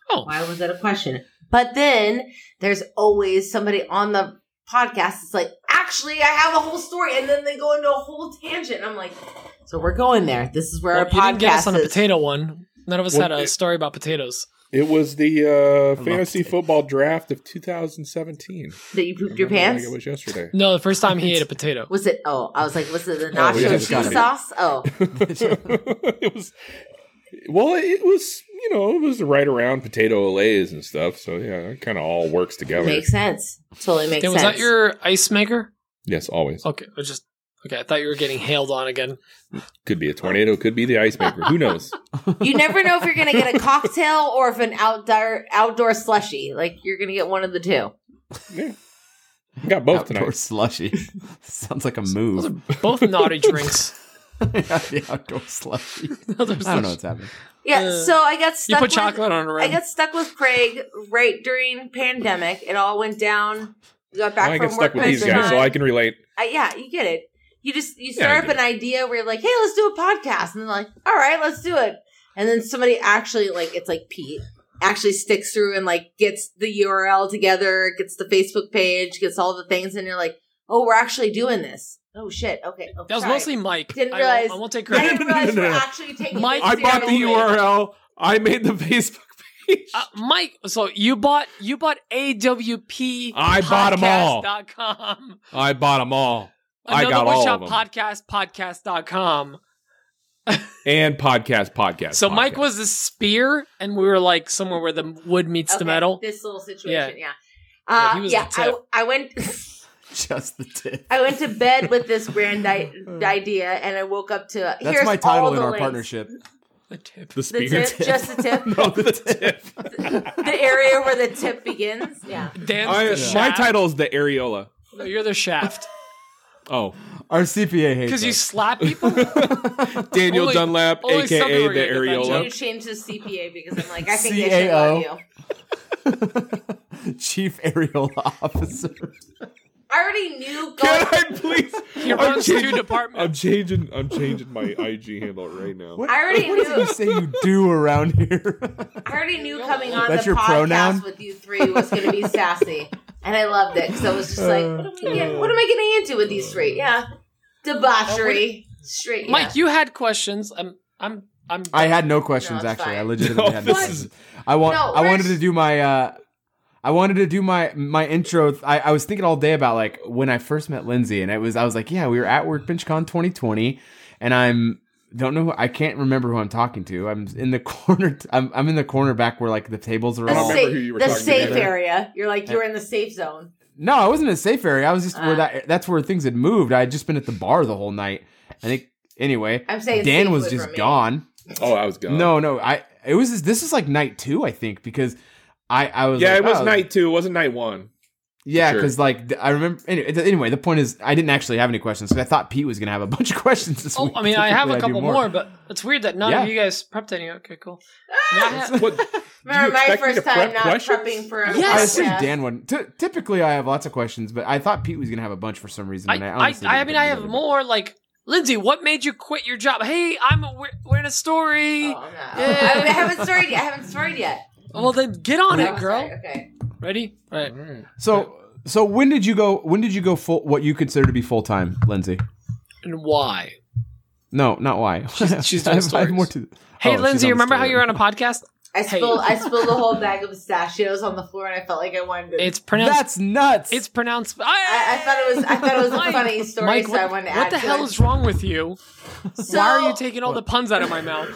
S2: Oh,
S3: Why was that a question? But then there's always somebody on the podcast that's like, actually, I have a whole story. And then they go into a whole tangent. I'm like, so we're going there. This is where
S2: well,
S3: our
S2: you didn't get us
S3: podcast
S2: on a
S3: is.
S2: potato one. None of us
S4: Well,
S2: had a
S4: it-
S2: story about potatoes.
S4: It was the uh, fantasy
S5: it.
S4: football draft of 2017.
S3: that you pooped your
S4: Remember
S3: pants?
S4: Like it
S3: was-,
S4: was yesterday.
S2: No, the first time he ate a potato.
S3: it? Oh, I was like, was it the
S4: Oh,
S3: nacho
S4: we
S5: just got it.
S3: cheese sauce? Oh,
S4: it was well it was you know it was right around potato lays and stuff so yeah it kind of all works together
S3: makes sense. Totally makes
S2: Yeah, was
S3: sense.
S2: that your ice maker?
S4: yes always
S2: Okay, I just okay. I thought you were getting hailed on again.
S4: could be a tornado could be the ice maker who knows
S3: you never know if you're going to get a cocktail or if an outdoor outdoor slushy. Like, you're going to get one of the two.
S4: yeah We got both
S5: Outdoor slushy. Sounds like a
S2: Those
S5: move.
S2: are both naughty drinks.
S5: the outdoor slushy. I don't know what's happening.
S3: Yeah,
S2: Uh,
S3: so I got
S2: You
S3: stuck
S2: put
S3: with-
S2: chocolate on a
S3: I
S2: rim.
S3: got stuck with Craig right during pandemic. It all went down. We got back
S4: tonight i
S3: from
S4: get
S3: work.
S4: stuck with these
S3: Christmas
S4: guys so
S3: time.
S4: i can relate
S3: I- yeah, you get it. You just you
S4: Yeah, I
S3: start up
S4: get
S3: an idea where you're like, hey, let's do a podcast, and they're like, all right, let's do it. And then somebody actually like it's like Pete actually sticks through and like gets the URL together, gets the Facebook page, gets all the things, and you're like, oh, we're actually doing this. Oh shit. Okay. Oh,
S2: that was
S3: sorry.
S2: mostly Mike.
S3: Didn't
S2: I
S3: realize-
S2: Won't, I won't take
S3: I
S2: credit.
S3: didn't realize
S4: No, no,
S3: we're
S4: no.
S3: actually taking.
S2: Mike-
S3: this
S4: i bought the
S3: seriously.
S4: url i made the facebook page
S2: Uh, Mike, so you bought you bought AWP.
S4: I bought 'em all.
S2: podcast.com.
S4: i bought them all I
S2: Another
S4: got all
S2: Woodshop
S4: of 'em.
S2: podcast podcast.com.
S4: and podcast podcast
S2: So Mike
S4: podcast.
S2: was the spear, and we were like somewhere where the wood meets the
S3: Okay,
S2: metal.
S3: This little situation, yeah. Uh,
S2: he
S3: yeah,
S2: was the
S3: I,
S2: tip.
S3: I went.
S5: Just the tip.
S3: I went to bed with this grand I- idea, and I woke up to
S5: That's
S3: here's
S5: my title
S3: all
S5: in
S3: the
S5: our
S3: links.
S5: partnership.
S2: The tip.
S4: The
S3: The
S4: spear.
S3: tip, just the tip,
S4: no, the tip.
S3: the area where the tip begins. Yeah,
S2: Dan's
S4: I-
S2: the shaft.
S4: My title is the areola.
S2: No, you're the shaft.
S4: Oh,
S5: Our CPA hates
S2: Because you
S5: us.
S2: slap people?
S4: Daniel
S2: Only-
S4: Dunlap,
S2: only somebody
S4: aka
S2: would
S4: the
S2: get that
S3: I
S2: Hello?
S3: need to
S4: areola.
S3: change to CPA because I'm like I think they should love you.
S5: CAO. Chief Aerial Officer.
S3: I already knew.
S4: Can
S3: Going,
S4: I please?
S2: He runs two
S4: I'm
S2: departments.
S4: changing. I'm changing my IG handle right now.
S5: What,
S3: I already
S5: what does
S3: knew.
S5: he say you do around here?
S3: I already knew coming on
S5: That's
S3: the
S5: your
S3: podcast
S5: pronoun?
S3: with you three was going to be sassy, and I loved it because I was just like, what am I getting, what am I getting into with these three? Yeah, debauchery, straight. Yeah.
S2: Mike, you had questions. I'm I'm I'm
S5: I had no questions
S3: No, it's
S5: actually. I
S3: fine.
S5: legitimately
S4: No,
S5: had no
S4: this
S5: questions. I want.
S3: No,
S5: I
S3: we're
S5: wanted
S3: s-
S5: to do my. uh I wanted to do my my intro. I, I was thinking all day about like when I first met Lindsay, and it was I was like, yeah, we were at WorkbenchCon 2020, and I'm don't know. Who, I can't remember who I'm talking to. I'm in the corner. t- I'm I'm in the corner back where like the tables are
S3: the
S5: all.
S4: remember
S3: safe,
S4: who you were
S3: the
S4: talking to
S3: safe
S5: either.
S3: area. You're like you're in the safe zone.
S5: No, I wasn't in a safe area. I was just
S3: Ah.
S5: where that. That's where things had moved. I had just been at the bar the whole night. I think anyway.
S3: I'm saying
S5: Dan
S3: safe
S5: was
S3: word
S5: just
S3: for me.
S5: gone.
S4: Oh, I was gone.
S5: No, no. I it was this- this is like night two, I think, because I I was
S4: Yeah,
S5: like,
S4: it was
S5: oh,
S4: night two. It wasn't night one.
S5: Yeah,
S4: sure.
S5: because like th- I remember anyway, th- anyway. The point is, I didn't actually have any questions because I thought Pete was gonna have a bunch of questions this
S2: Oh,
S5: week.
S2: I mean, I have a
S5: Typically, do
S2: couple more. but it's weird that none
S5: Yeah.
S2: of you guys prepped any. Okay, cool. Yeah, I had-
S4: What?
S3: Remember
S4: Do you
S3: my
S4: expect me
S3: first
S4: to
S3: time
S4: prep
S3: not
S4: questions?
S3: prepping for a
S5: I
S2: Yes.
S5: assumed
S3: podcast?
S5: Dan would. T- typically, I have lots of questions, but I thought Pete was gonna have a bunch for some reason.
S2: I,
S5: and I,
S2: I,
S5: honestly
S2: I,
S5: didn't
S2: mean,
S5: put
S2: I
S5: it
S2: have
S5: together.
S2: more. Like, Lindsay, what made you quit your job? Hey, I'm a, we're, we're in a story.
S3: Oh, no. I, I haven't started yet. I haven't started yet.
S2: Well, then get on
S3: Oh,
S2: it,
S3: sorry.
S2: girl.
S3: Okay.
S2: Ready? All right.
S5: So, so when did you go? When did you go full? What you consider to be full time, Lindsay?
S2: And why?
S5: No, not why.
S2: She's- she's doing
S5: I have- I have
S2: stories.
S5: more to- Oh,
S2: Hey,
S5: she's
S2: Lindsay,
S5: on the
S2: remember how
S5: story.
S2: you were on a podcast?
S3: I
S2: Hey.
S3: spilled I spilled a whole bag of pistachios on the floor, and I felt like I wanted to.
S2: It's pronounced.
S5: That's nuts.
S2: it's pronounced.
S3: I, I thought it was I thought it was a
S2: Mike,
S3: funny story,
S2: Mike,
S3: so
S2: what,
S3: I wanted to
S2: what
S3: add
S2: the
S3: to
S2: hell
S3: it.
S2: is wrong with you?
S3: So,
S2: Why are you taking all the puns out of my mouth?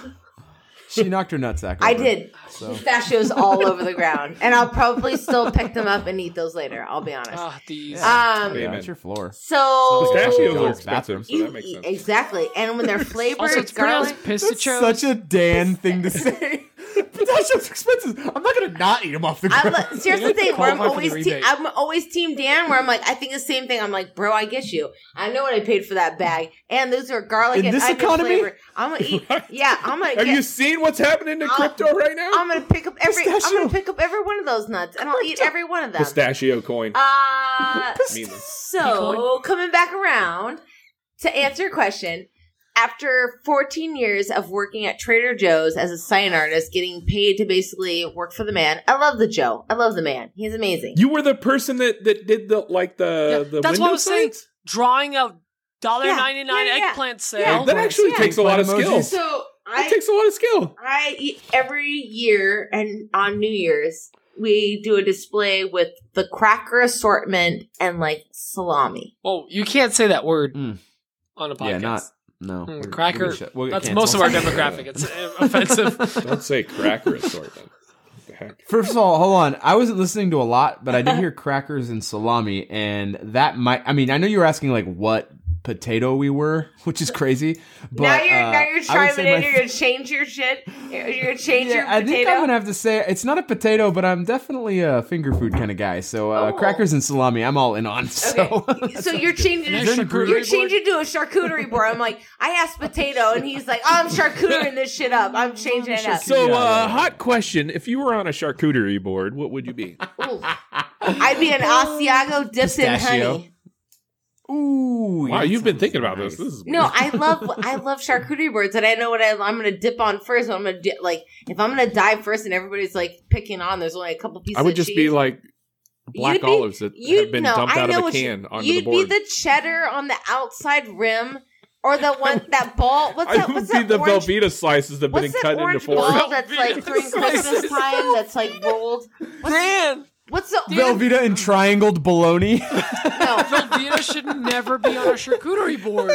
S5: she knocked her nutsack.
S3: I
S5: over.
S3: did pistachios all over the ground, and I'll probably still pick them up and eat those later. I'll be honest.
S2: Ah, these.
S3: um.
S5: Yeah,
S4: Amen.
S5: it's your floor.
S3: So
S4: Pistachios are
S5: Girls'
S4: expensive,
S5: bathroom.
S4: so that makes
S3: You-
S4: sense.
S3: exactly, and when they're flavored,
S2: also, it's
S3: garlic,
S2: pronounced pistachios.
S5: Such a Dan thing to say. Pistachios are expensive. I'm not gonna not eat them off the
S3: I'm
S5: ground.
S3: like, here's the thing where I'm
S2: qualify for the
S3: always te-
S2: rebate.
S3: I'm always team Dan where I'm like I think the same thing I'm like bro I get you I know what I paid for that bag and those are garlic
S5: In
S3: and
S5: this
S3: onion
S5: economy?
S3: flavor I'm gonna eat
S4: Right.
S3: yeah I'm gonna
S4: Have
S3: get-
S4: you seen what's happening to
S3: I'll-
S4: crypto right now?
S3: I'm gonna pick up every I'm
S5: Pistachio.
S3: gonna pick up every one of those nuts and I'll eat every one of them
S4: Pistachio coin.
S3: uh
S4: Meaningless.
S2: Pickle.
S3: so coming back around to answer your question after 14 years of working at trader joe's as a sign artist getting paid to basically work for the man i love the joe i love the man he's amazing
S4: You were the person that that did the like the
S2: Yeah,
S4: the
S2: that's
S4: window
S2: what I was saying.
S4: signs?
S2: Drawing a dollar
S3: Yeah,
S2: ninety nine
S3: yeah, yeah.
S2: eggplant sale.
S4: Yeah, that actually
S3: Yeah.
S4: takes a lot of
S5: Eggplant
S4: skill.
S5: emojis.
S3: so
S4: That
S3: i
S4: takes a lot of skill.
S3: i eat every year and on new year's we do a display with the cracker assortment and like salami
S2: Well, you can't say that word
S5: Mm.
S2: on a podcast.
S5: yeah, not no
S2: Mm,
S5: We're-
S2: cracker.
S5: we're shut- we'll get
S2: That's
S5: canceled.
S2: most of our demographic. It's uh, offensive.
S4: Don't say cracker assortment. The heck?
S5: First of all, hold on. I wasn't listening to a lot, but I did hear crackers and salami, and that might. I mean, I know you were asking like what potato we were, which is crazy. But
S3: now you're
S5: uh,
S3: now you're
S5: I would say
S3: chiming in.
S5: my-
S3: You're gonna change your shit. You're gonna change your
S5: Yeah, I
S3: potato.
S5: think I'm gonna have to say it's not a potato, but I'm definitely a finger food kind of guy. So uh,
S3: Oh.
S5: crackers and salami, I'm all in on. So
S3: Okay. So you're changing
S2: An
S3: it.
S2: extra charcuterie
S3: You're
S2: board?
S3: changing to a charcuterie board. I'm like, I asked potato, and he's like, "Oh, I'm charcuterie this shit up. I'm changing it up.
S4: So,
S5: Yeah,
S4: uh,
S5: yeah.
S4: hot question: If you were on a charcuterie board, what would you be?
S3: Ooh. I'd be an Asiago dipped in
S5: Pistachio.
S3: honey.
S5: Ooh,
S4: Wow,
S5: yeah,
S4: you've been
S5: sounds
S4: thinking about
S5: nice.
S4: this. This is
S3: No, I love I love charcuterie boards, and I know what I, I'm gonna dip on first. What I'm gonna di- like if I'm gonna dive first, and everybody's like picking on. There's only a couple pieces.
S4: I would
S3: of
S4: just
S3: cheese.
S4: be like black
S3: You'd be-
S4: olives that have
S3: You'd
S4: been
S3: know,
S4: dumped
S3: I
S4: out
S3: know
S4: of a
S3: what you-
S4: can onto the
S3: You'd
S4: board.
S3: be the cheddar on the outside rim, or the one that ball. What's
S4: I
S3: that?
S4: would
S3: What's
S4: be
S3: that
S4: the
S3: orange
S4: Velveeta slices that have been
S3: What's that
S4: cut into
S3: orange
S4: four.
S3: ball that's like
S2: Velveeta
S3: during Christmas
S2: slices.
S3: time? That's like rolled.
S2: Dan,
S3: What's the orange?
S5: Velveeta and triangled bologna.
S4: Oh,
S3: No,
S2: Vita should never be on a charcuterie board.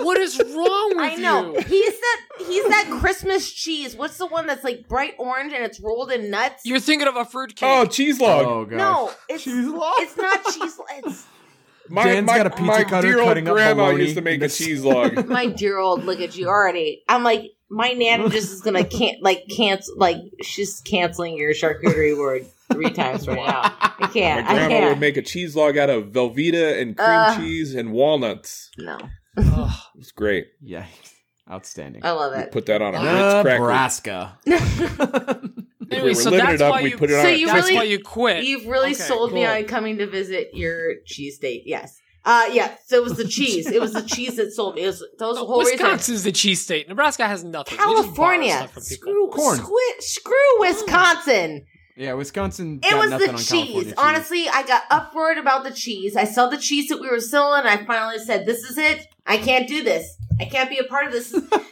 S2: What is wrong with
S3: I know.
S2: you?
S3: He's that. He's that Christmas cheese. What's the one that's like bright orange and it's rolled in nuts?
S2: You're thinking of a fruitcake.
S4: Oh, cheese log.
S5: oh god.
S3: no, it's
S5: Cheese log?
S3: it's not cheese. It's
S4: My,
S5: Dan's
S4: my,
S5: got a pizza
S4: my
S5: cutter
S4: dear old
S5: cutting up
S4: grandma
S5: bologna
S4: used to make
S5: and
S4: a
S5: this-
S4: cheese log.
S3: My dear old, look at you already. I'm like, my nan just is gonna can't like cancel like she's canceling your charcuterie board three times right now. I
S4: My
S3: can't. I
S4: grandma would
S3: can't.
S4: make a cheese log out of Velveeta and cream
S3: Uh.
S4: cheese and walnuts.
S3: no,
S2: Ugh.
S4: It was great.
S5: Yeah. Outstanding.
S3: I love
S4: We
S3: it.
S4: put that on a
S5: Ah,
S4: Ritz cracker.
S5: Nebraska.
S4: If
S2: Anyway,
S4: we were
S2: so
S4: living
S2: that's
S4: it up,
S2: why
S4: we
S2: you-
S4: put it on
S3: So
S4: a
S3: you
S4: Ritz
S2: That's
S3: really-
S2: why you quit.
S3: You've really
S2: Eh, Okay,
S3: sold me
S2: cool.
S3: on coming to visit your cheese date. Yes. Uh, yeah. So it was the cheese. it was the cheese that sold me. It was, that was the whole reason.
S2: Wisconsin's the cheese state. Nebraska has nothing. Oh, We just borrow
S3: California.
S2: stuff from people.
S3: Screw,
S5: Corn.
S3: squid- screw Wisconsin.
S5: Yeah, Wisconsin.
S3: It
S5: got
S3: was
S5: nothing
S3: the
S5: on
S3: cheese.
S5: California
S3: Honestly, I got uproared about the cheese. I saw the cheese that we were selling. And I finally said, "This is it. I can't do this. I can't be a part of this.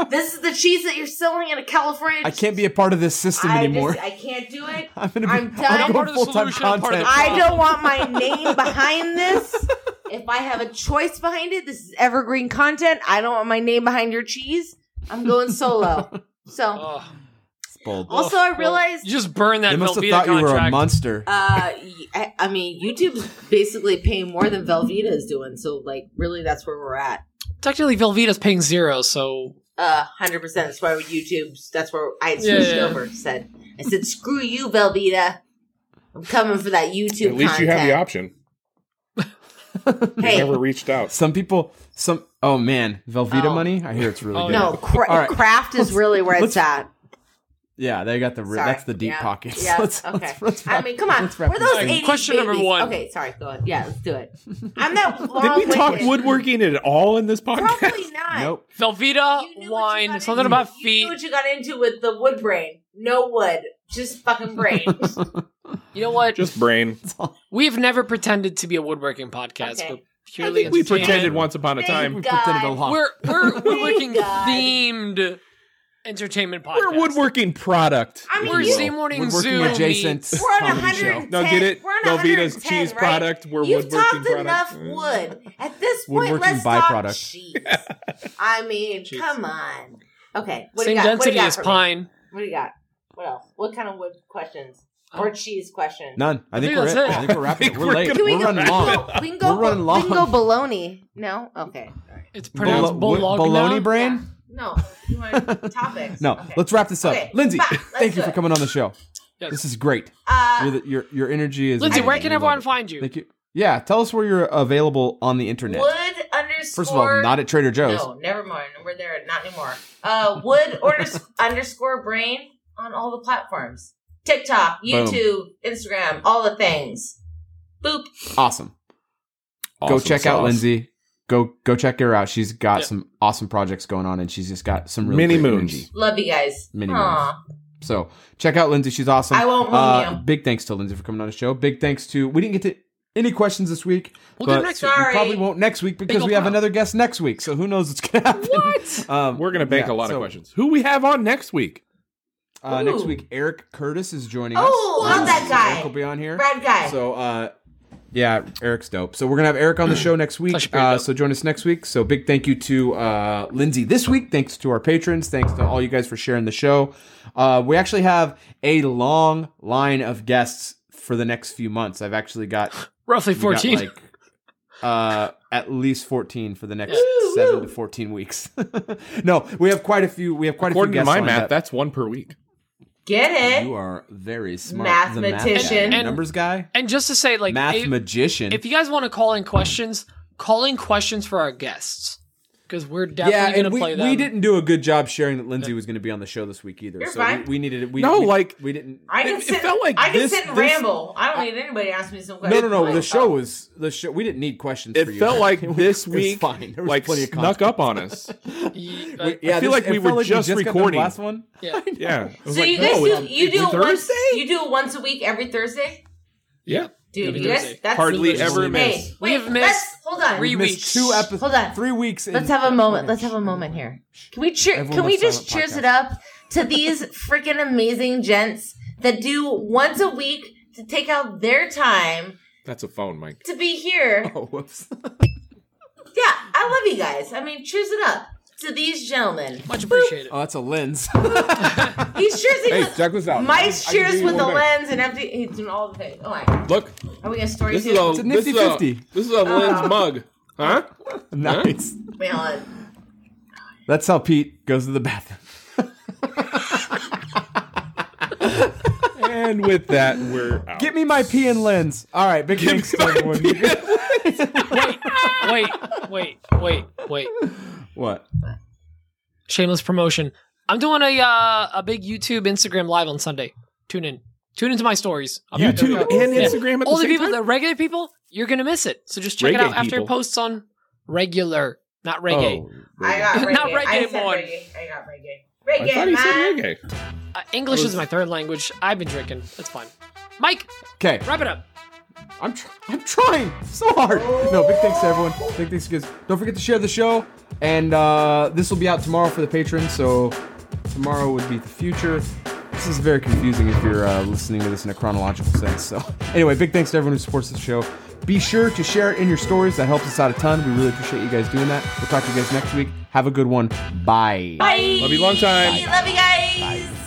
S3: this is the cheese that you're selling in California.
S5: I can't be a part of this system
S3: I
S5: anymore.
S3: Just, I can't do it.
S5: I'm gonna be
S3: I'm done.
S5: I'm
S2: Part
S5: going
S2: of the
S5: full time
S2: solution, part of the
S5: content.
S2: problem.
S3: I don't want my name behind this. If I have a choice behind it, this is evergreen content. I don't want my name behind your cheese. I'm going solo. So,
S2: Ugh.
S5: Bold.
S3: Oh, Also, I realized-
S2: you just burn that
S5: They must have
S2: Velveeta
S5: thought you
S2: contract.
S5: were a monster.
S3: uh, I, I mean, YouTube's basically paying more than Velveeta is doing. So, like, really, that's where we're at.
S2: Technically, Velveeta's paying zero, so
S3: Uh, hundred percent. That's why we YouTube's. That's where I switched
S2: Yeah, yeah.
S3: over. Said I said, "Screw you, Velveeta. I'm coming for that YouTube."
S4: At least you have
S3: content."
S4: the option.
S3: Hey,
S4: Never reached out.
S5: Some people, some oh man, Velveeta
S3: Oh.
S5: money. I hear it's really
S2: Oh,
S5: good.
S2: yeah.
S3: no, cra-
S5: All right.
S3: craft is really where
S5: Let's-
S3: it's at.
S5: Yeah, they got the re-
S3: Sorry.
S5: that's the deep
S3: Yeah.
S5: pockets.
S3: Yeah.
S5: Let's-
S3: okay.
S5: let's- let's
S3: I
S5: wrap-
S3: mean, come on.
S5: let's
S3: We're
S5: wrap
S3: those
S5: this thing.
S3: 80s
S2: Question number
S3: babies.
S2: one.
S3: Okay, sorry. Go on. Yeah, let's do it. I'm that long.
S4: Did we talk
S3: winded.
S4: woodworking at all in this podcast?
S3: Probably not.
S5: Nope.
S2: Velveeta
S3: You knew what you
S2: wine,
S3: got
S2: something
S3: into.
S2: about
S3: You
S2: feet.
S3: knew what you got into with the wood brain. No wood, just fucking brain.
S2: You know what?
S4: Just brain.
S2: We've never pretended to be a woodworking podcast.
S3: Okay.
S2: We're
S3: I
S2: purely
S3: think
S4: We
S2: entertainment.
S4: pretended once upon a
S3: Thank
S4: time.
S5: We
S3: God.
S5: pretended a lot.
S2: We're we're woodworking
S3: Oh God.
S2: themed entertainment podcast.
S4: We're woodworking product.
S3: I mean,
S2: We're
S3: you-
S2: Z Morning
S5: We're working
S2: Zoo
S5: adjacent
S2: meets-
S3: We're on
S5: comedy show.
S3: 100
S4: No, get it?
S3: We're on
S4: Velveeta's
S3: 110,
S4: cheese
S3: right?
S4: product. We're
S3: You've
S4: woodworking
S3: talked
S4: product.
S3: enough
S4: Mm.
S3: wood. At this point,
S5: Woodworking
S3: let's talk
S5: byproduct.
S3: cheese. I mean, come on. Okay, what
S2: Same
S3: do you got? What do
S2: density
S3: you got
S2: as
S3: for me?
S2: pine.
S3: What do you got? What else? What kind of wood questions
S5: Uh,
S3: or cheese questions?
S5: None. I think
S2: think
S5: we're
S2: that's
S5: it.
S2: it.
S5: I think we're wrapping.
S4: think
S5: it. We're,
S4: we're
S5: late.
S4: gonna
S5: We're
S3: go-
S5: running long.
S3: We can go.
S5: We're running
S3: We can go
S5: long.
S3: baloney. No. Okay. All right.
S2: It's pronounced
S5: Bolo-
S2: bologna.
S5: bologna brain.
S3: Yeah. No. You want topics?
S5: No,
S3: Okay. Uh,
S5: let's wrap this up.
S3: Okay,
S5: Lindsay,
S3: bye. Let's
S5: thank
S3: do
S5: you for
S3: it.
S5: coming on the show.
S2: Yes.
S5: This is great.
S3: Uh,
S5: You're the, your your energy is.
S2: Lindsay, where
S5: amazing.
S2: can
S5: We love
S2: everyone
S5: it.
S2: find you?
S5: Thank you. Yeah, tell us where you're available on the internet.
S3: wood underscore.
S5: First of all, not at Trader Joe's.
S3: No, never mind. We're there. Not anymore. Uh, wood order, underscore brain on all the platforms: TikTok,
S5: Boom.
S3: YouTube, Instagram, all the things. Boop.
S5: Awesome. go
S4: Awesome
S5: check out
S4: sauce.
S5: Lindsay. Go go check her out. She's got
S2: Yeah.
S5: some awesome projects going on, and she's just got some really
S4: Mini
S5: great
S4: moons.
S5: energy.
S3: Love you guys.
S5: Many
S3: Aw.
S5: So check out Lindsay. She's awesome.
S3: I won't
S5: Uh,
S3: ruin you.
S5: Big thanks to Lindsay for coming on the show. Big thanks to we didn't get to any questions this week.
S2: We'll do
S5: but
S2: next
S5: we
S2: week.
S3: Sorry.
S5: probably won't next week because
S2: ol'
S5: we have
S2: pop.
S5: another guest next week. So who knows what's gonna happen? What? Um,
S4: We're gonna bank
S5: yeah,
S4: a lot
S5: so,
S4: of questions. Who we have on next week?
S5: Uh, next
S3: Ooh.
S5: week, Eric Curtis is joining us.
S3: Oh, love that guy.
S5: Eric will be on here.
S3: Rad guy.
S5: So, uh, yeah, Eric's dope. So we're gonna have Eric on the show next
S2: Flesh
S5: week.
S2: beard
S5: Uh,
S2: dope.
S5: so join us next week. So big thank you to uh, Lindsay this week. Thanks to our patrons. Thanks to all you guys for sharing the show. Uh, we actually have a long line of guests for the next few months. I've actually got
S2: Roughly
S5: we got,
S2: fourteen.
S5: like, uh, at least fourteen for the next
S3: Woo,
S5: seven
S3: woo.
S5: to fourteen weeks. no, we have quite a few. We have quite a
S4: According
S5: few
S4: to
S5: guests.
S4: my
S5: lined
S4: math,
S5: up.
S4: that's one per week.
S3: Get it?
S5: You are very smart. The
S3: Mathematician.
S5: math guy,
S2: And-
S5: numbers guy,
S2: and just to say, like
S5: math
S2: if-
S5: magician.
S2: if you guys want to call in questions, call in questions for our guests because we're
S5: yeah,
S2: definitely
S5: and
S2: going to
S5: we,
S2: play them.
S5: we didn't do a good job sharing that Lindsay was going to be on the show this week either.
S3: You're
S5: so
S3: fine.
S5: We, we needed it. We,
S4: No,
S5: we-
S4: like-
S5: we didn't.
S3: I can
S4: It- it
S3: sit.
S4: felt like
S3: I can
S5: this-
S3: sit and
S5: this-
S3: ramble. I don't need anybody to ask me some
S5: No,
S3: questions.
S5: no, no. The
S3: Like,
S5: show was the show. We didn't need questions. for
S4: It
S5: you.
S4: felt like
S5: It was
S4: this week,
S5: fine. There was
S4: like
S5: plenty of
S4: snuck up on us.
S2: Ye- uh,
S5: We- yeah,
S4: I feel
S5: this-
S4: like
S5: it
S4: we
S5: felt
S4: were just
S5: got done
S4: recording.
S5: last one.
S2: yeah.
S4: Yeah. I was
S3: So
S4: like,
S3: you guys
S4: no,
S3: do
S4: it's-
S3: you do
S4: it's
S3: it once
S4: Thursday?
S3: you do it once a week every Thursday,
S4: Yeah.
S3: dude.
S2: Every
S3: you
S2: Thursday.
S3: guys that's
S4: Hardly
S2: Just
S4: ever
S2: leave
S3: Hey,
S4: miss.
S3: wait,
S2: We have
S3: let's-
S2: missed
S3: Hold on.
S2: three
S5: We missed two
S2: weeks.
S5: episodes.
S3: Hold on.
S5: Three weeks. in-
S3: Let's have a moment. Let's have a moment here. Can we cheer?
S5: Everyone
S3: can we
S5: must have
S3: just
S5: a
S3: cheers
S5: podcast.
S3: it up to these freaking amazing gents that do once a week to take out their time
S4: That's a phone, Mike.
S3: to be here?
S5: Oh, whoops.
S3: Yeah, I love you guys. I mean, cheers it up to these gentlemen.
S2: Much appreciated.
S5: Oh, that's a lens.
S3: He's cheersing.
S5: hey,
S3: with,
S5: check this out.
S3: Mike's
S5: I can do
S3: cheers
S5: you
S3: with
S5: one
S3: a
S5: better.
S3: lens and empty. He's doing all the things. Oh my.
S4: Look,
S3: Are we gonna story
S4: This
S3: too?
S4: is a,
S5: a
S4: this
S5: nifty
S4: is a,
S5: 50.
S4: this is a
S3: Uh-huh.
S4: Lynn's mug. Huh?
S5: Nice.
S3: Man,
S5: That's how Pete goes to the bathroom.
S4: And with that, we're out.
S5: Give me my pee and lens. All right, big thanks to everyone.
S2: Wait, wait, wait, wait, wait.
S5: what?
S2: Shameless promotion. I'm doing a uh, a big YouTube Instagram live on Sunday. Tune in. Tune into my stories. I'll be out there.
S4: YouTube and Instagram at
S2: All
S4: the
S2: the
S4: same
S2: people,
S4: time.
S2: the regular people, you're gonna miss it. So just check it
S4: Reggae
S2: out after
S4: people. Oh.
S2: it posts on regular, not reggae.
S3: I got reggae.
S2: Not
S3: I
S2: reggae
S3: said
S2: more.
S3: reggae. I got reggae.
S4: I thought
S3: Reggae,
S4: he
S3: man.
S4: said reggae.
S2: Uh, English is my third language. I've been drinking. That's fine. Mike,
S5: Okay,
S2: wrap it up.
S5: I'm tr- I'm trying so hard. No, big thanks to everyone. Big thanks, guys. Don't forget to share the show, and uh, this will be out tomorrow for the patrons. So tomorrow would be the future. This is very confusing if you're uh, listening to this in a chronological sense. So anyway, big thanks to everyone who supports the show. Be sure to share it in your stories. That helps us out a ton. We really appreciate you guys doing that. We'll talk to you guys next week. Have a good one. Bye.
S3: Bye.
S4: Love you long time.
S3: Love you guys.